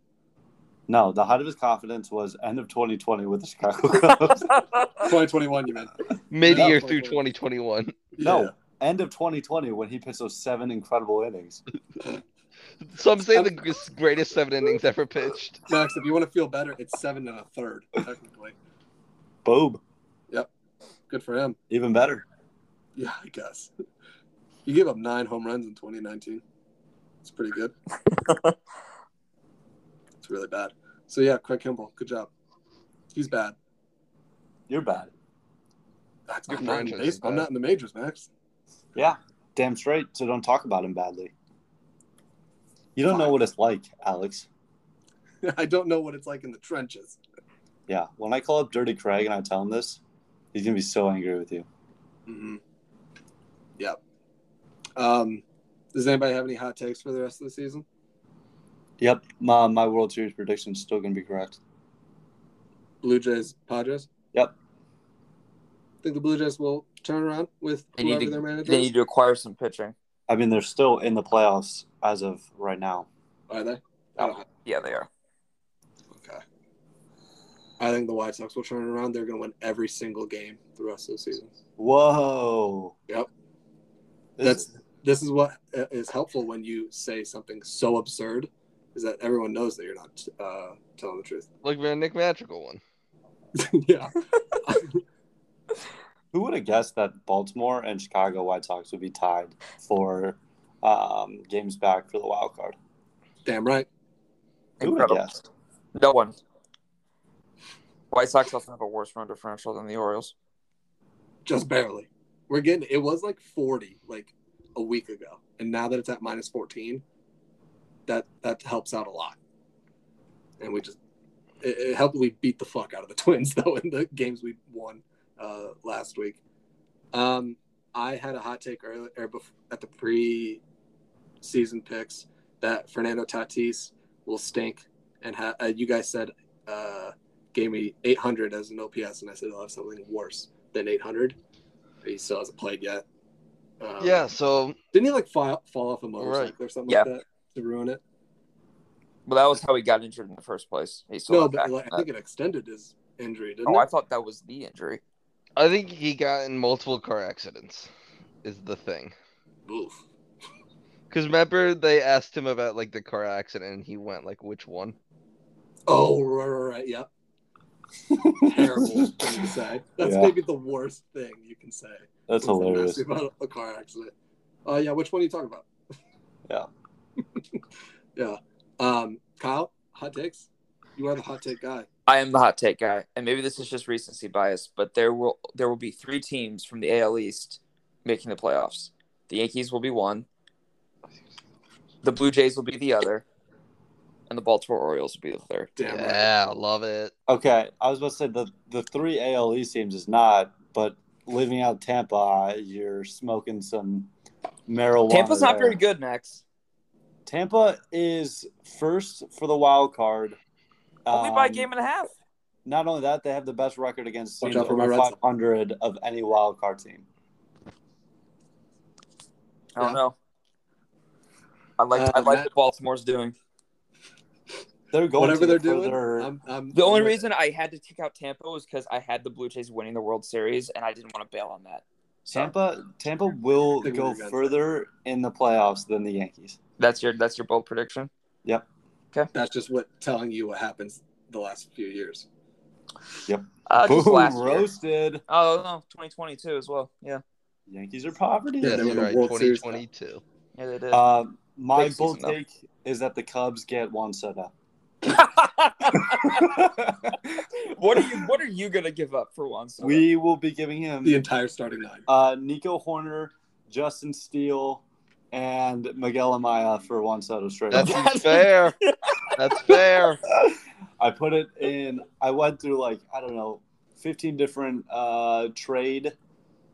B: No, the height of his confidence was end of 2020 with the Chicago Cubs.
A: 2021, you mean?
C: Mid year
A: Yeah.
C: through 2021.
B: No.
A: Yeah.
B: end of 2020 when he pitched those seven incredible innings.
C: Some say the gr- greatest seven innings ever pitched.
A: Max, if you want to feel better, it's seven and a third, technically.
B: Boom.
A: Good for him.
B: Even better.
A: Yeah, I guess. You gave up nine home runs in 2019. It's pretty good. it's really bad. So, yeah, Craig Kimbrell, good job. He's bad.
B: You're bad.
A: That's
C: Your
A: I'm, not in the
C: franchise is
A: base- I'm
C: bad.
A: not in the majors, Max.
B: Yeah. Damn straight. So don't talk about him badly. You don't know what it's like, Alex.
A: I don't know what it's like in the trenches.
B: Yeah, when I call up Dirty Craig and I tell him this, he's gonna be so angry with you.
A: Mm-hmm. Yep. Um, does anybody have any hot takes for the rest of the season?
B: Yep, my, my World Series prediction's still gonna be correct.
A: Blue Jays, Padres.
B: Yep.
A: Think the Blue Jays will turn around with
D: They need
A: whoever
D: to-
A: their manager
D: They
A: is?
D: need to acquire some pitching.
B: I mean, they're still in the playoffs as of right now.
A: Are they? I don't know.
D: Yeah, they are.
A: Okay. I think the White Sox will turn it around. They're going to win every single game the rest of the season.
B: Whoa.
A: Yep.
B: This
A: That's-
B: is-
A: This is what uh, is helpful when you say something so absurd, is that everyone knows that you're not uh, telling the truth.
C: Like the Nick Magical one.
A: yeah.
B: who would have guessed that Baltimore and Chicago White Sox would be tied for um, games back for the wild card?
A: Damn right.
B: Who would have
D: Incredible.
B: guessed?
D: No one. White Sox also have a worse run differential than the Orioles.
A: Just barely. We're getting, it was like 40 like a week ago. And now that it's at minus 14, that that helps out a lot. And we just, it, it helped we beat the fuck out of the Twins, though, in the games we won uh, last week. Um, I had a hot take earlier or bef- at the pre season picks that Fernando Tatis will stink. And ha- uh, you guys said, uh, gave me 800 as an OPS, and I said, I'll have something worse than 800. He still hasn't played yet. Um,
C: yeah, so
A: didn't he like fall, fall off a motorcycle
C: Right.
A: or something
D: Yeah.
A: like that to ruin it?
D: Well, that was how he got injured in the first place. He's still
A: No,
D: not back
A: but like,
D: from
A: I
D: that.
A: think it extended his injury, didn't
D: Oh, I
A: it?
D: thought that was the injury.
C: I think he got in multiple car accidents, is the thing.
A: Oof.
C: Because remember they asked him about like the car accident and he went like which one?
A: Oh, right, right, right. Yep. Terrible thing to say. That's
B: Yeah.
A: maybe the worst thing you can say.
B: That's
A: when someone
B: hilarious.
A: asks you About a car accident. Oh, yeah. Which one are you talking about?
B: Yeah.
A: yeah. Um, Kyle, hot takes? You are the hot take guy.
D: I am the hot take guy, and maybe this is just recency bias, but there will there will be three teams from the AL East making the playoffs. The Yankees will be one, the Blue Jays will be the other, and the Baltimore Orioles will be the third.
A: Damn right.
C: yeah, love it.
B: Okay, I was about to say the the three ALE teams is not, but living out Tampa, you're smoking some marijuana.
D: Tampa's not
B: there.
D: very good, Max.
B: Tampa is first for the wild card.
D: Only by a
B: Um,
D: game and a half.
B: Not only that, they have the best record against
A: Watch
B: teams
A: out for my
B: over
A: Red Sox.
B: 500 of any wild card team.
D: I don't
A: Yeah.
D: know. I like
A: Uh,
D: I like
A: Matt-
D: what Baltimore's doing.
B: They're going
A: Whatever
B: to
A: they're
B: for
A: doing,
B: their-
A: I'm, I'm,
D: The only
A: I'm with it.
D: reason I had to kick out Tampa was because I had the Blue Jays winning the World Series, and I didn't want to bail on that. So
B: Tampa Tampa will
A: They
B: go
A: would've gotten
B: further in the playoffs than the Yankees.
D: that's your that's your bold prediction.
A: That's just what telling you what happens the last few years.
D: Uh, just
B: Boom,
D: last year.
B: roasted.
D: Oh no, 2022 as well. Yeah,
B: Yankees are poverty.
A: Yeah,
C: Yeah,
A: they won
C: you're
A: the
C: right.
A: World Series.
C: 2022.
D: yeah, they did.
B: Uh, my
D: Big season,
B: bold
D: though.
B: take is that the Cubs get Juan Soto.
D: what are you What are you gonna give up for once?
B: we will be giving
A: The
B: him
A: entire starting nine.
B: uh, Nico Horner, Justin Steele, and Miguel Amaya for Juan Soto straight up.
C: That's fair. That's fair.
B: I put it in. I went through like I don't know, fifteen different uh, trade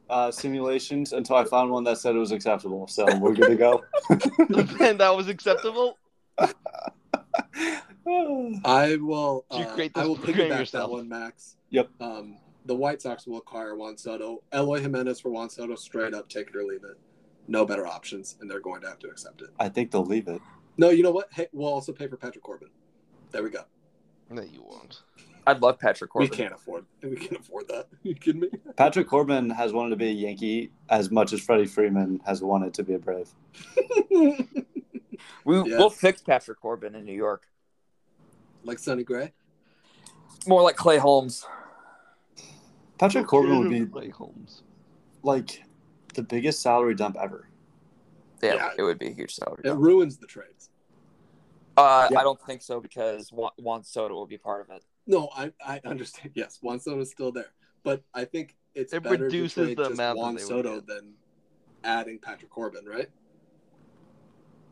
B: uh, simulations until I found one that said it was acceptable. So we're good to go.
C: and that was acceptable.
A: I will.
C: Did you
A: Uh,
C: create
A: I
C: this
A: will piggyback
C: program
A: that
C: yourself?
A: one, Max.
B: Yep.
A: Um, the White Sox will acquire Juan Soto. Eloy Jimenez for Juan Soto, straight up, take it or leave it. No better options, and they're going to have to accept it.
B: I think they'll leave it.
A: No, you know what? Hey, we'll also pay for Patrick Corbin. There we go.
C: No, you won't.
D: I'd love Patrick Corbin.
A: We can't afford. We can't afford that. you kidding me?
B: Patrick Corbin has wanted to be a Yankee as much as Freddie Freeman has wanted to be a Brave.
D: We
A: Yeah.
D: will fix Patrick Corbin in New York.
A: like Sonny Gray.
D: More like Clay Holmes.
B: Patrick Corbin would be
C: like Holmes.
B: like the biggest salary dump ever.
D: Yeah,
A: Yeah.
D: it would be a huge salary.
A: It
D: dump.
A: ruins the trades.
D: Uh,
B: Yeah.
D: I don't think so because Juan, Juan Soto will be part of it.
A: No, I I understand. Yes, Juan Soto's still there, but I think it's
C: It
A: better
C: reduces
A: to trade
C: the
A: just
C: amount that
A: Juan
C: they would
A: Soto
C: get.
A: than adding Patrick Corbin, right?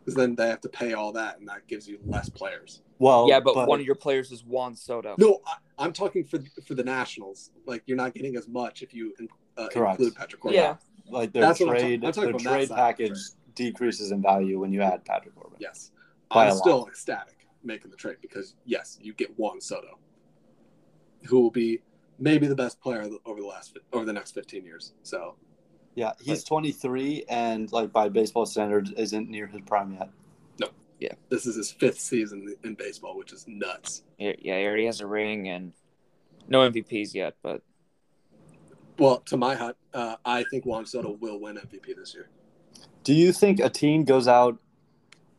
A: because then they have to pay all that, and that gives you less players.
B: Well,
C: Oh,
D: yeah, but, one of your players is Juan Soto.
A: No, I, I'm talking for for the Nationals. Like you're not getting as much if you in- uh,
B: Correct.
A: include Patrick Corbin.
D: yeah,
B: like their
A: That's what I'm talking-
B: trade,
A: I'm talking
B: their
A: about that
B: trade
A: side,
B: package
A: right.
B: decreases in value when you add Patrick Corbin.
A: Yes.
B: By a
A: I'm
B: lot.
A: still ecstatic making the trade because yes, you get Juan Soto, who will be maybe the best player over the last over the next 15 years. So
B: Yeah, he's
A: Right.
B: 23 and like by baseball standards isn't near his prime yet.
A: this is his fifth season in baseball, which is nuts.
D: yeah, yeah, he already has a ring and no MVPs yet, but
A: Well, to my hut, uh, I think Juan Soto will win MVP this year.
B: Do you think a team goes out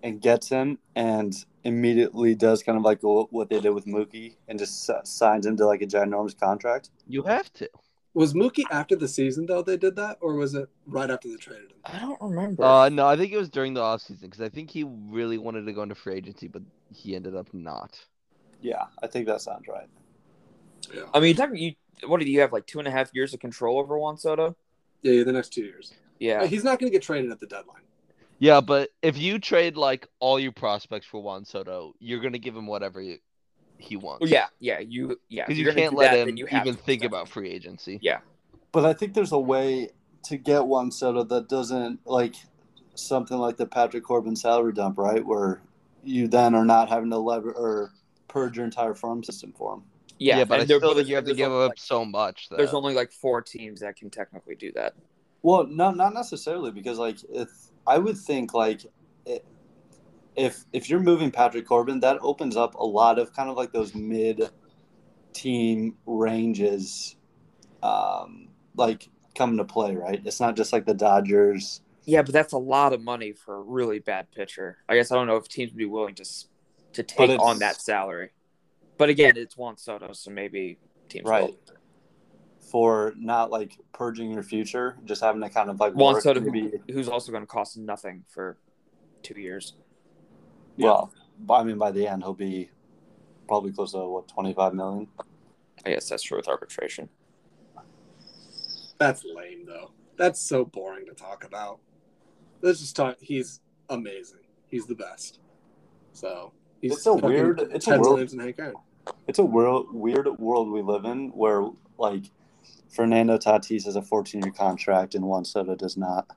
B: and gets him and immediately does kind of like wh- what they did with Mookie and just s- signs him to like a ginormous contract?
C: You have to.
A: Was Mookie after the season though they did that, or was it right after they traded him?
D: I don't remember.
C: Uh, no, I think it was during the offseason because I think he really wanted to go into free agency, but he ended up not.
B: Yeah, I think that sounds right.
A: Yeah,
D: I mean, haven't you what do you have like two and a half years of control over Juan Soto?
A: yeah, yeah the next two years.
D: Yeah,
A: He's not going to get traded at the deadline.
C: Yeah, but if you trade like all your prospects for Juan Soto, you're gonna give him whatever you, he wants.
D: Well, Oh, yeah, yeah. You yeah.
C: because
D: if
C: you
D: you're gonna
C: can't
D: do
C: let
D: that,
C: him
D: then you have
C: even
D: to
C: think
D: accept
C: about free agency.
D: Yeah.
B: But I think there's a way to get one Soto that doesn't like something like the Patrick Corbin salary dump, right? Where you then are not having to lever or purge your entire farm system for him.
D: it. Yeah,
C: but I
D: and there-
C: still think
D: there's-
C: you have to
D: there's
C: give
D: only,
C: up
D: like-
C: so much. Though.
D: There's only like four teams that can technically do that.
B: Well, no, not necessarily because like if I would think like i- if if you're moving Patrick Corbin, that opens up a lot of kind of like those mid team ranges, um, like come to play, right? It's not just like the Dodgers.
D: Yeah, but that's a lot of money for a really bad pitcher. I guess I don't know if teams would be willing to s- to take
B: it's-
D: on that salary. But again, it's Juan Soto, so maybe teams
B: Right.
D: will.
B: for not like purging your future, just having to kind of like
D: Juan
B: work
D: Soto, who-
B: maybe.
D: who's also going to cost nothing for two years.
B: Well, I mean, by the end he'll be probably close to what twenty five million.
D: I guess that's true with arbitration.
A: That's lame though. That's so boring to talk about. Let's just talk. He's amazing. He's the best. So he's
B: It's so
A: fucking
B: weird- it's a
A: ten
B: world-
A: times in Hank Aaron.
B: It's a world weird world we live in where like Fernando Tatis has a fourteen year contract and Juan Soto does not.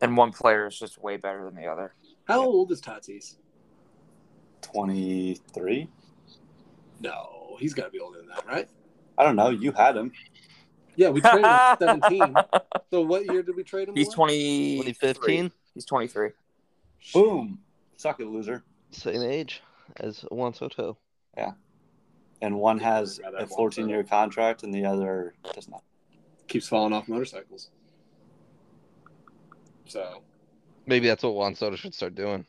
D: And one player is just way better than the other.
A: How old is Tatis?
B: Twenty three.
A: No, he's got to be older than that, right?
B: I don't know. You had him.
A: Yeah, we traded him at seventeen. So what year did we trade him?
D: He's
A: away?
D: 20,
C: 2015,
D: He's 23.
C: Uh,
B: Boom. Suck it, loser.
C: same age as Juan Soto.
B: And one has
A: Yeah, that
B: a
A: Juan
B: fourteen year contract and the other does not.
A: Keeps falling off motorcycles. So
C: Maybe that's what Juan Soto should start doing.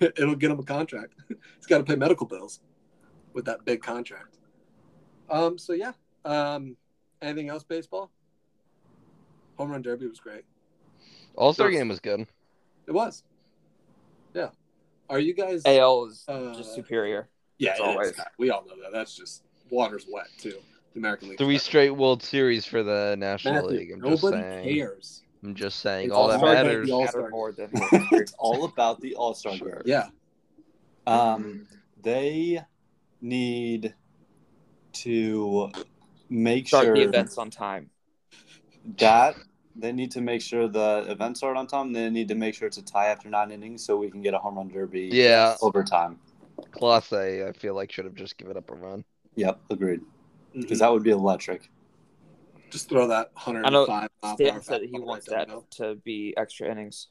A: it'll get him a contract. He's got to pay medical bills with that big contract. Um. So yeah. Um. Anything else? Baseball. Home run derby was great.
C: All Star
A: Sure.
C: game was good.
A: It was. Yeah. Are you guys?
D: AL is
A: Uh,
D: just superior.
A: yeah,
D: as
A: it is.
D: always.
A: we all know that. That's just water's wet too. The American League.
C: Three straight World Series for the National
A: Matthew,
C: League. I'm just
A: nobody
C: saying.
A: cares.
C: I'm just saying.
A: It's
C: all that
A: All-Star game,
C: matters.
A: the All-Star
D: Matter more than
B: it's all about the All Star game.
A: Yeah.
B: Um, they need to make
D: start
B: sure
D: the events on time.
B: that they need to make sure the events start on time. They need to make sure it's a tie after nine innings so we can get a home run derby.
C: Yeah.
B: overtime.
C: Class A, I feel like should have just given up a run.
B: Yep, agreed.
A: Mhm.
B: Because that would be electric.
A: Mm-hmm. Just throw that 105 mile per hour
D: Stan said that he
A: fastball
D: wants
A: right
D: that
A: down
D: to be extra innings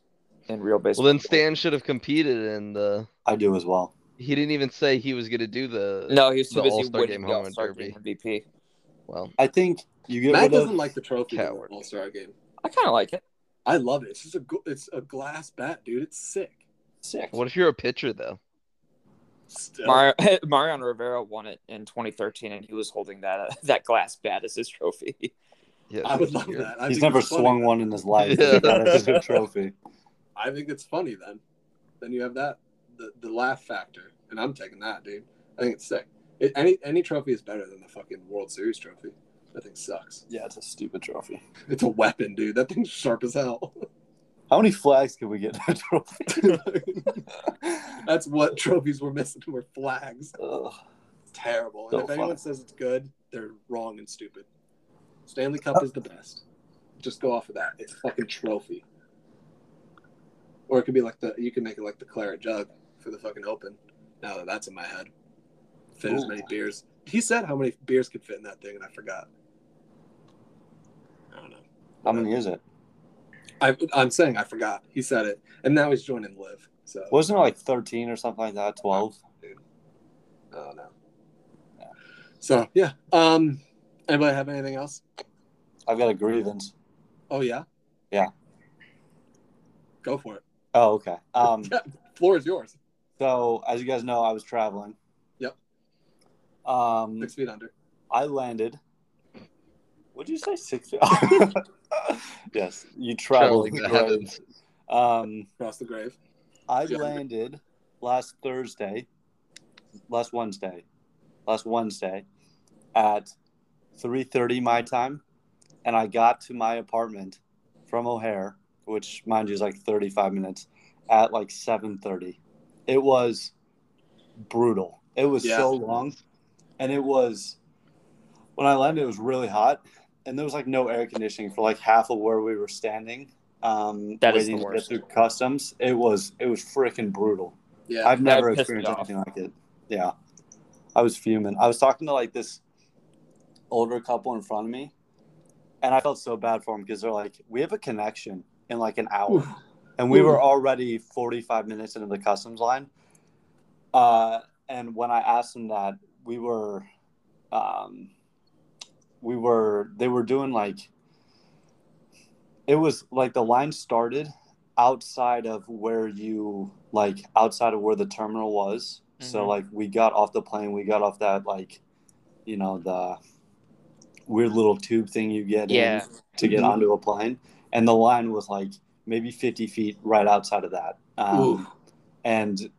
D: in real baseball.
C: Well, then Stan should have competed in the.
B: I do as well.
C: He didn't even say he was gonna do the.
D: No, he was
C: The
D: too busy
C: All-Star
D: winning
C: game
D: the
C: home run
D: All-Star
C: derby.
D: game MVP.
C: Well,
B: I think you
A: the
B: get
A: middle. Matt
B: rid
A: doesn't
B: of
A: like the trophy
C: Coward.
A: All Star game.
D: I kind of like it.
A: I love it. It's just a gl- it's a glass bat, dude. It's sick.
B: sick.
C: what if you're a pitcher though?
A: Still.
D: Mar- Mariano Rivera won it in 2013, and he was holding that uh, that glass bat as his trophy.
C: Yeah,
A: I would
C: that's
A: love
C: weird.
A: that. I
B: He's
A: think
B: never
A: it's funny.
B: swung one in his life.
C: Yeah.
B: That is a trophy.
A: I think it's funny then. Then you have that the, the laugh factor, and I'm taking that, dude. I think it's sick. It, any any trophy is better than the fucking World Series trophy. That thing sucks.
B: Yeah, it's a stupid trophy.
A: It's a weapon, dude. That thing's sharp as hell.
B: How many flags can we get in a trophy?
A: That's what trophies we're missing were flags.
B: Ugh.
A: It's terrible.
B: So
A: and if anyone
B: fun.
A: says it's good, they're wrong and stupid. Stanley Cup is the best. Just go off of that. It's a fucking trophy. Or it could be like the you can make it like the claret jug for the fucking open. Now that that's in my head. Fit as
B: Ooh.
A: many beers. He said how many beers could fit in that thing and I forgot. I don't know.
B: How many is it?
A: I, I'm saying I forgot. He said it, and now he's joining Live. So
B: Wasn't it like 13 or something like that? 12?
A: I don't know. So yeah. Um. Anybody have anything else?
B: I've got a grievance.
A: Oh yeah.
B: Yeah.
A: Go for it.
B: Oh, okay. Um,
A: Floor is yours.
B: so, as you guys know, I was traveling.
A: Yep.
B: Um,
A: Six feet under.
B: I landed. Would you say six? yes, you travel.
C: Traveling
B: the
C: to
B: grave.
C: heavens.
B: Um,
A: Across the grave.
B: I
A: Yeah.
B: landed last Thursday, last Wednesday, last Wednesday at three thirty my time, and I got to my apartment from O'Hare, which mind you is like thirty five minutes, at like seven thirty. It was brutal. It was
A: Yeah.
B: so long, and it was when I landed. It was really hot, and there was like no air conditioning for like half of where we were standing. Um,
D: That is
B: waiting
D: the
B: to
D: worst.
B: Get through customs. It was it was freaking brutal.
A: Yeah.
B: I've never
D: pissed me
B: experienced
D: off.
B: anything like it. Yeah. I was fuming. I was talking to like this older couple in front of me, and I felt so bad for them because they're like, we have a connection in like an hour.
A: Oof.
B: And we
A: Ooh.
B: were already 45 minutes into the customs line. Uh, and when I asked them that, we were, um, we were, they were doing like, it was like the line started outside of where you, like, outside of where the terminal was. So,
D: Mhm.
B: like, we got off the plane, we got off that, like, you know, the weird little tube thing you get
D: Yeah.
B: in to get
A: Mhm.
B: onto a plane. And the line was like maybe 50 feet right outside of that. Um,
A: Oof.
B: and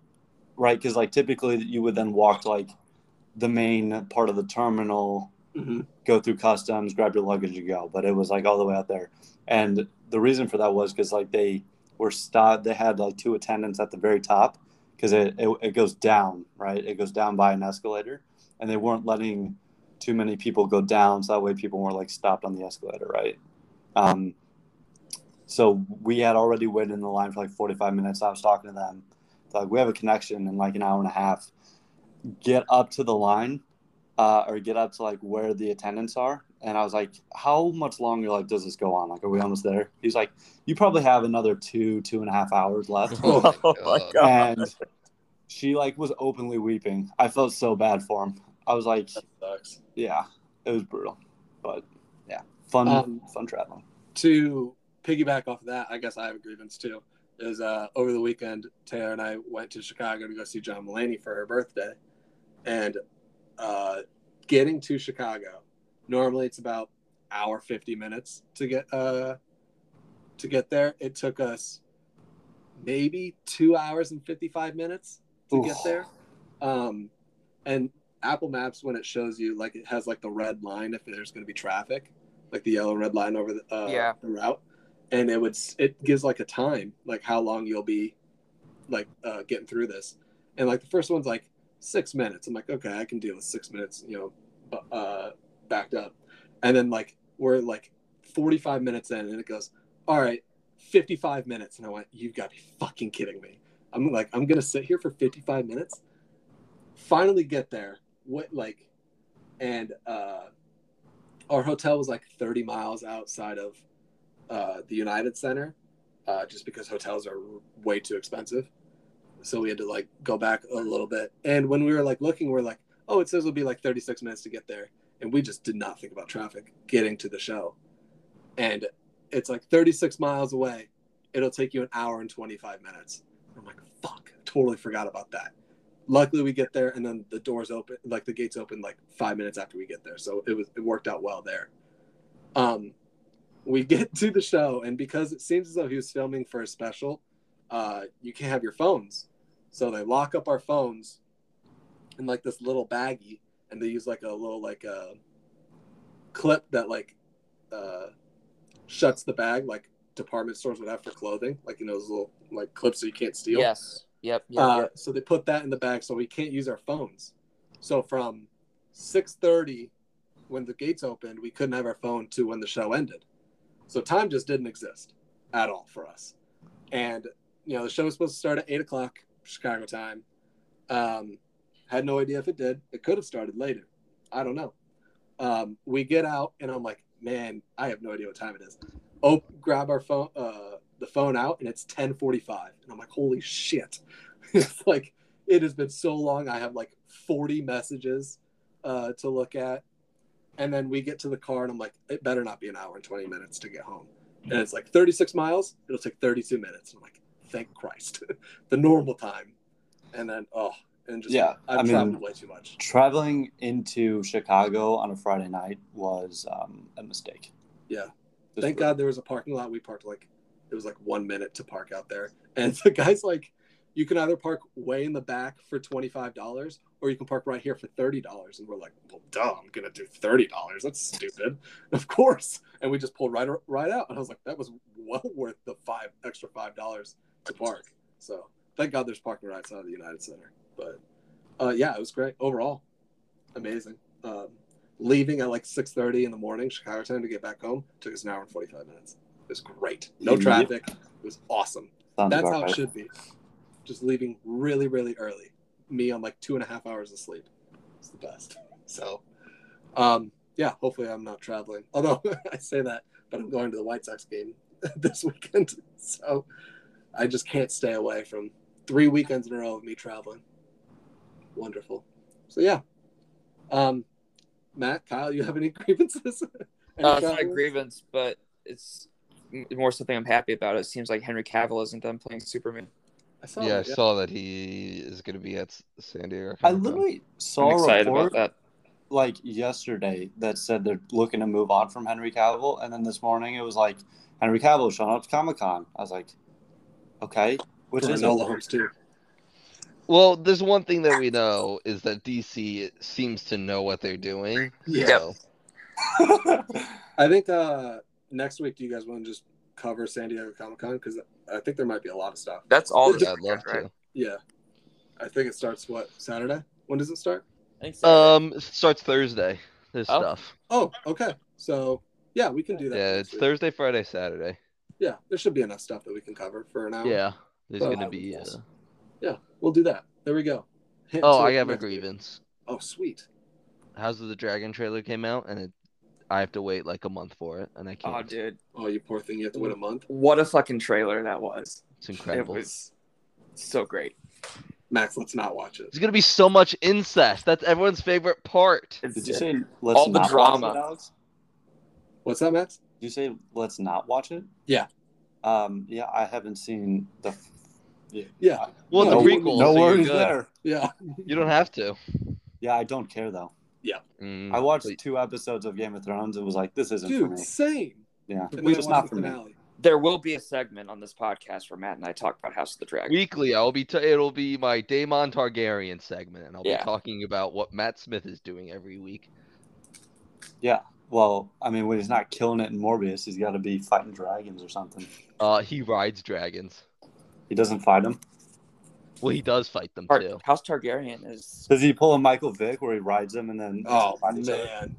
B: right, because like typically you would then walk like the main part of the terminal,
A: Mhm.
B: go through customs, grab your luggage, and go. But it was like all the way out there. And the reason for that was because like they were stopped, they had like two attendants at the very top because it, it, it goes down, right? It goes down by an escalator. And they weren't letting too many people go down. So that way people weren't like stopped on the escalator, right? Um, so we had already waited in the line for like 45 minutes. I was talking to them. They're like, we have a connection in like an hour and a half. Get up to the line uh, or get up to like where the attendants are. And I was like, how much longer like does this go on? Like, are we almost there? He's like, you probably have another two, two and a half hours left.
D: Oh, my
C: God.
D: god.
B: and she like was openly weeping. I felt so bad for him. I was like,
A: That sucks.
B: yeah, it was brutal, but yeah, fun,
A: Um,
B: fun traveling.
A: to piggyback off of that, I guess I have a grievance too. Is uh, over the weekend, Taylor and I went to Chicago to go see John Mulaney for her birthday, and uh, getting to Chicago, normally it's about hour fifty minutes to get uh, to get there. It took us maybe two hours and fifty five minutes to
B: Oof.
A: get there, um, and Apple Maps when it shows you like it has like the red line if there's going to be traffic like the yellow red line over the, uh,
D: Yeah.
A: the route and it would s- it gives like a time like how long you'll be like uh, getting through this and like the first one's like six minutes i'm like okay i can deal with six minutes you know bu- uh, backed up and then like we're like 45 minutes in and it goes all right 55 minutes and i went you've got to be fucking kidding me i'm like i'm gonna sit here for 55 minutes finally get there what like and uh our hotel was like 30 miles outside of uh, the United Center, uh, just because hotels are way too expensive. So we had to like go back a little bit. And when we were like looking, we are like, oh, it says it'll be like 36 minutes to get there. And we just did not think about traffic getting to the show. And it's like 36 miles away. It'll take you an hour and 25 minutes. I'm like, fuck, totally forgot about that. Luckily, we get there, and then the doors open, like the gates open, like five minutes after we get there. So it was it worked out well there. Um, we get to the show, and because it seems as though he was filming for a special, uh, you can't have your phones. So they lock up our phones in like this little baggie, and they use like a little like a clip that like uh, shuts the bag like department stores would have for clothing, like you know those little like clips that you can't steal.
D: Yes. Yep. Yep.
A: Uh,
D: yep.
A: So they put that in the bag, so we can't use our phones. So from six thirty, when the gates opened, we couldn't have our phone to when the show ended. So time just didn't exist at all for us. And you know the show was supposed to start at eight o'clock Chicago time. Um, had no idea if it did. It could have started later. I don't know. Um, we get out, and I'm like, man, I have no idea what time it is. Oh, grab our phone, uh, the phone out, and it's 10:45, and I'm like, holy shit! it's like it has been so long. I have like 40 messages uh, to look at, and then we get to the car, and I'm like, it better not be an hour and 20 minutes to get home. And it's like 36 miles. It'll take 32 minutes. And I'm like, thank Christ, the normal time. And then, oh, and just
B: Yeah,
A: I've
B: I mean-
A: traveled way too much.
B: Traveling into Chicago on a Friday night was um, a mistake.
A: Yeah.
B: Just
A: Thank
B: really-
A: God there was a parking lot. We parked like it was like one minute to park out there, and the guy's like, "You can either park way in the back for twenty five dollars, or you can park right here for thirty dollars." And we're like, "Well, duh, I'm gonna do thirty dollars. That's stupid, of course." And we just pulled right right out, and I was like, "That was well worth the five extra five dollars to park." So thank God there's parking right outside of the United Center. But uh, yeah, it was great overall, amazing. Um, leaving at like 6.30 in the morning chicago time to get back home took us an hour and 45 minutes it was great no
B: Yep.
A: traffic it was awesome
B: Sounds
A: that's
B: about
A: how it
B: right.
A: should be just leaving really really early me on like two and a half hours of sleep it's the best so um yeah hopefully i'm not traveling although i say that but i'm going to the white sox game this weekend so i just can't stay away from three weekends in a row of me traveling wonderful so yeah um Matt, Kyle, you have any grievances? Any
D: Uh, it's not a
A: travelers?
D: grievance, but it's m- more something I'm happy about. It seems like Henry Cavill isn't done playing Superman.
A: I saw
C: yeah, I
A: that, yeah.
C: saw that he is going to be at S- San Diego.
B: I
C: Comic-Con.
B: literally saw
D: I'm
B: a
D: excited
B: report
D: about that.
B: like yesterday that said they're looking to move on from Henry Cavill, and then this morning it was like Henry Cavill showing up to Comic Con. I was like, okay, which
A: For
B: is
A: Enola Holmes too.
C: Well, there's one thing that we know is that DC seems to know what they're doing.
A: Yeah.
C: so-
A: I think uh, next week, do you guys want to just cover San Diego Comic Con? Because I think there might be a lot of stuff.
D: That's all. This
C: I'd love
D: weekend, right?
A: Yeah, I think it starts what Saturday. When does it start?
D: I think
C: to.
D: so.
C: Um, it starts Thursday. This
D: Oh.
C: stuff.
A: Oh, okay. So yeah, we can do that.
C: Yeah,
A: next
C: it's
A: week.
C: Thursday, Friday, Saturday.
A: Yeah, there should be enough stuff that we can cover for an hour.
C: Yeah, there's
A: Oh,
C: going
A: that
C: to
A: would be
C: be. Uh...
A: awesome. yeah, we'll do that. There we go. Hint
C: Oh,
A: to
C: I
A: it
C: have a
A: next week.
C: grievance.
A: Oh, sweet.
C: House of the Dragon trailer came out, and it, I have to wait like a month for it, and I can't.
D: oh, dude,
A: Oh, you poor thing. You have to
C: Mm.
A: wait a month.
D: what a fucking trailer that was!
C: It's incredible.
D: It was so great.
A: Max, let's not watch it.
C: There's gonna be so much incest. That's everyone's favorite part.
D: It's, uh,
B: Did you say let's
D: All the
B: not watch
D: drama.
B: it, Alex?
A: What's that, Max?
B: Did you say let's not watch it?
A: Yeah.
B: Um, yeah, I haven't seen the. f- Yeah.
A: Yeah.
C: Well,
A: No
C: the
A: wor-
B: no
C: prequel. so you're
B: worries
C: good.
B: there.
A: Yeah.
C: You don't have to.
B: Yeah, I don't care though.
C: Mm,
B: I watched
C: but-
B: two episodes of Game of Thrones and was like, this isn't for
A: Dude,
B: me.
A: same.
B: Yeah,
A: And
B: it's
A: then I watched
B: just not
A: the
B: for me.
A: finale.
D: there will be a segment on this podcast where Matt and I talk about House of the Dragon.
C: Weekly, I'll be. T- it'll be my Daemon Targaryen segment, and I'll
D: Yeah.
C: be talking about what Matt Smith is doing every week.
B: Well, I mean, when he's not killing it in Morbius, he's got to be fighting dragons or something.
C: Uh, he rides dragons.
B: He doesn't fight them.
C: Well, he does fight them
D: Tar-
C: too.
D: House Targaryen is
B: Does he pull a Michael Vick where he rides them and then?
A: Oh
B: fight each other?
A: man,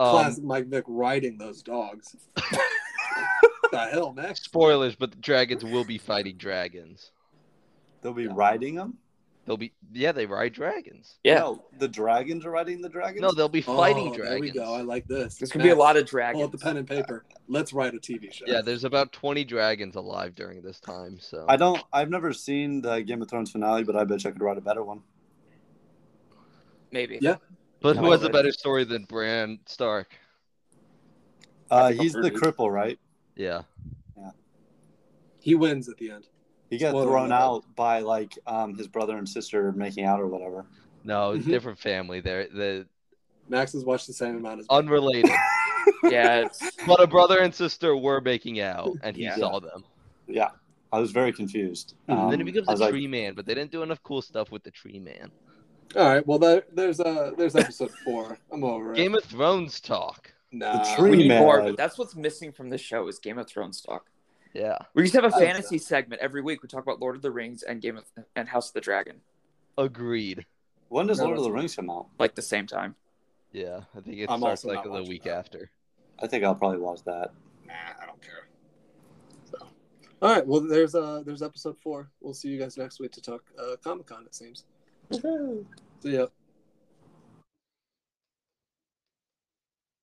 C: Um,
A: classic Mike Vick riding those dogs. the hell, man!
C: Um, spoilers, but the dragons will be fighting dragons.
B: They'll be riding them.
C: They'll be. Yeah, they ride dragons.
D: yeah.
B: No, the dragons are riding the dragons.
C: No, they'll be fighting
A: oh, There we
C: dragons.
A: go. I like this.
D: There's gonna be a lot of
A: Max,
D: dragons.
A: Pull up the pen and paper. Let's write a TV show.
C: Yeah, there's about 20 dragons alive during this time, so
B: I don't. I've never seen the Game of Thrones finale, but I bet you I could write a better one.
D: Maybe.
A: Yeah.
C: But
B: I
C: who has a
B: would.
C: better story than Bran Stark?
B: Uh,
D: think I've
B: he's the
D: heard it.
B: cripple, right?
C: Yeah.
A: He wins at the end.
B: He got
A: Spoiler
B: thrown
A: alert.
B: out by like um, his brother and sister making out or whatever.
C: No,
B: Mm-hmm.
A: Mhm.
C: different family. They're the
A: Max has watched the same amount as.
C: unrelated.
D: Yeah, it's-
C: but a brother and sister were making out and he
D: Yeah.
C: saw them.
B: Yeah, I was very confused.
A: Mhm.
C: Mm-hmm. then he becomes
B: Um, I
C: a
B: was like,
C: tree man, but they didn't do enough cool stuff with the tree man.
A: All right. Well, there, there's uh, there's episode four. I'm over it.
C: Game of Thrones talk.
A: nah.
B: The tree
D: we need
B: man.
D: more. But that's what's missing from this show is Game of Thrones talk.
C: Yeah.
D: We used to have a fantasy segment every week. We talk about Lord of the Rings and Game of and House of the Dragon,
C: Agreed.
B: When does
A: No,
B: Lord of
A: that's-
B: the Rings come out?
D: like the same time.
C: Yeah. I think it
B: I'm
C: starts
B: also
C: like
B: not
C: the
B: watching
C: week
B: that.
C: after.
B: I think I'll probably watch that.
A: Nah, I don't care. So, all right. Well, there's uh, there's episode four. We'll see you guys next week to talk uh, Comic Con. It seems. See ya.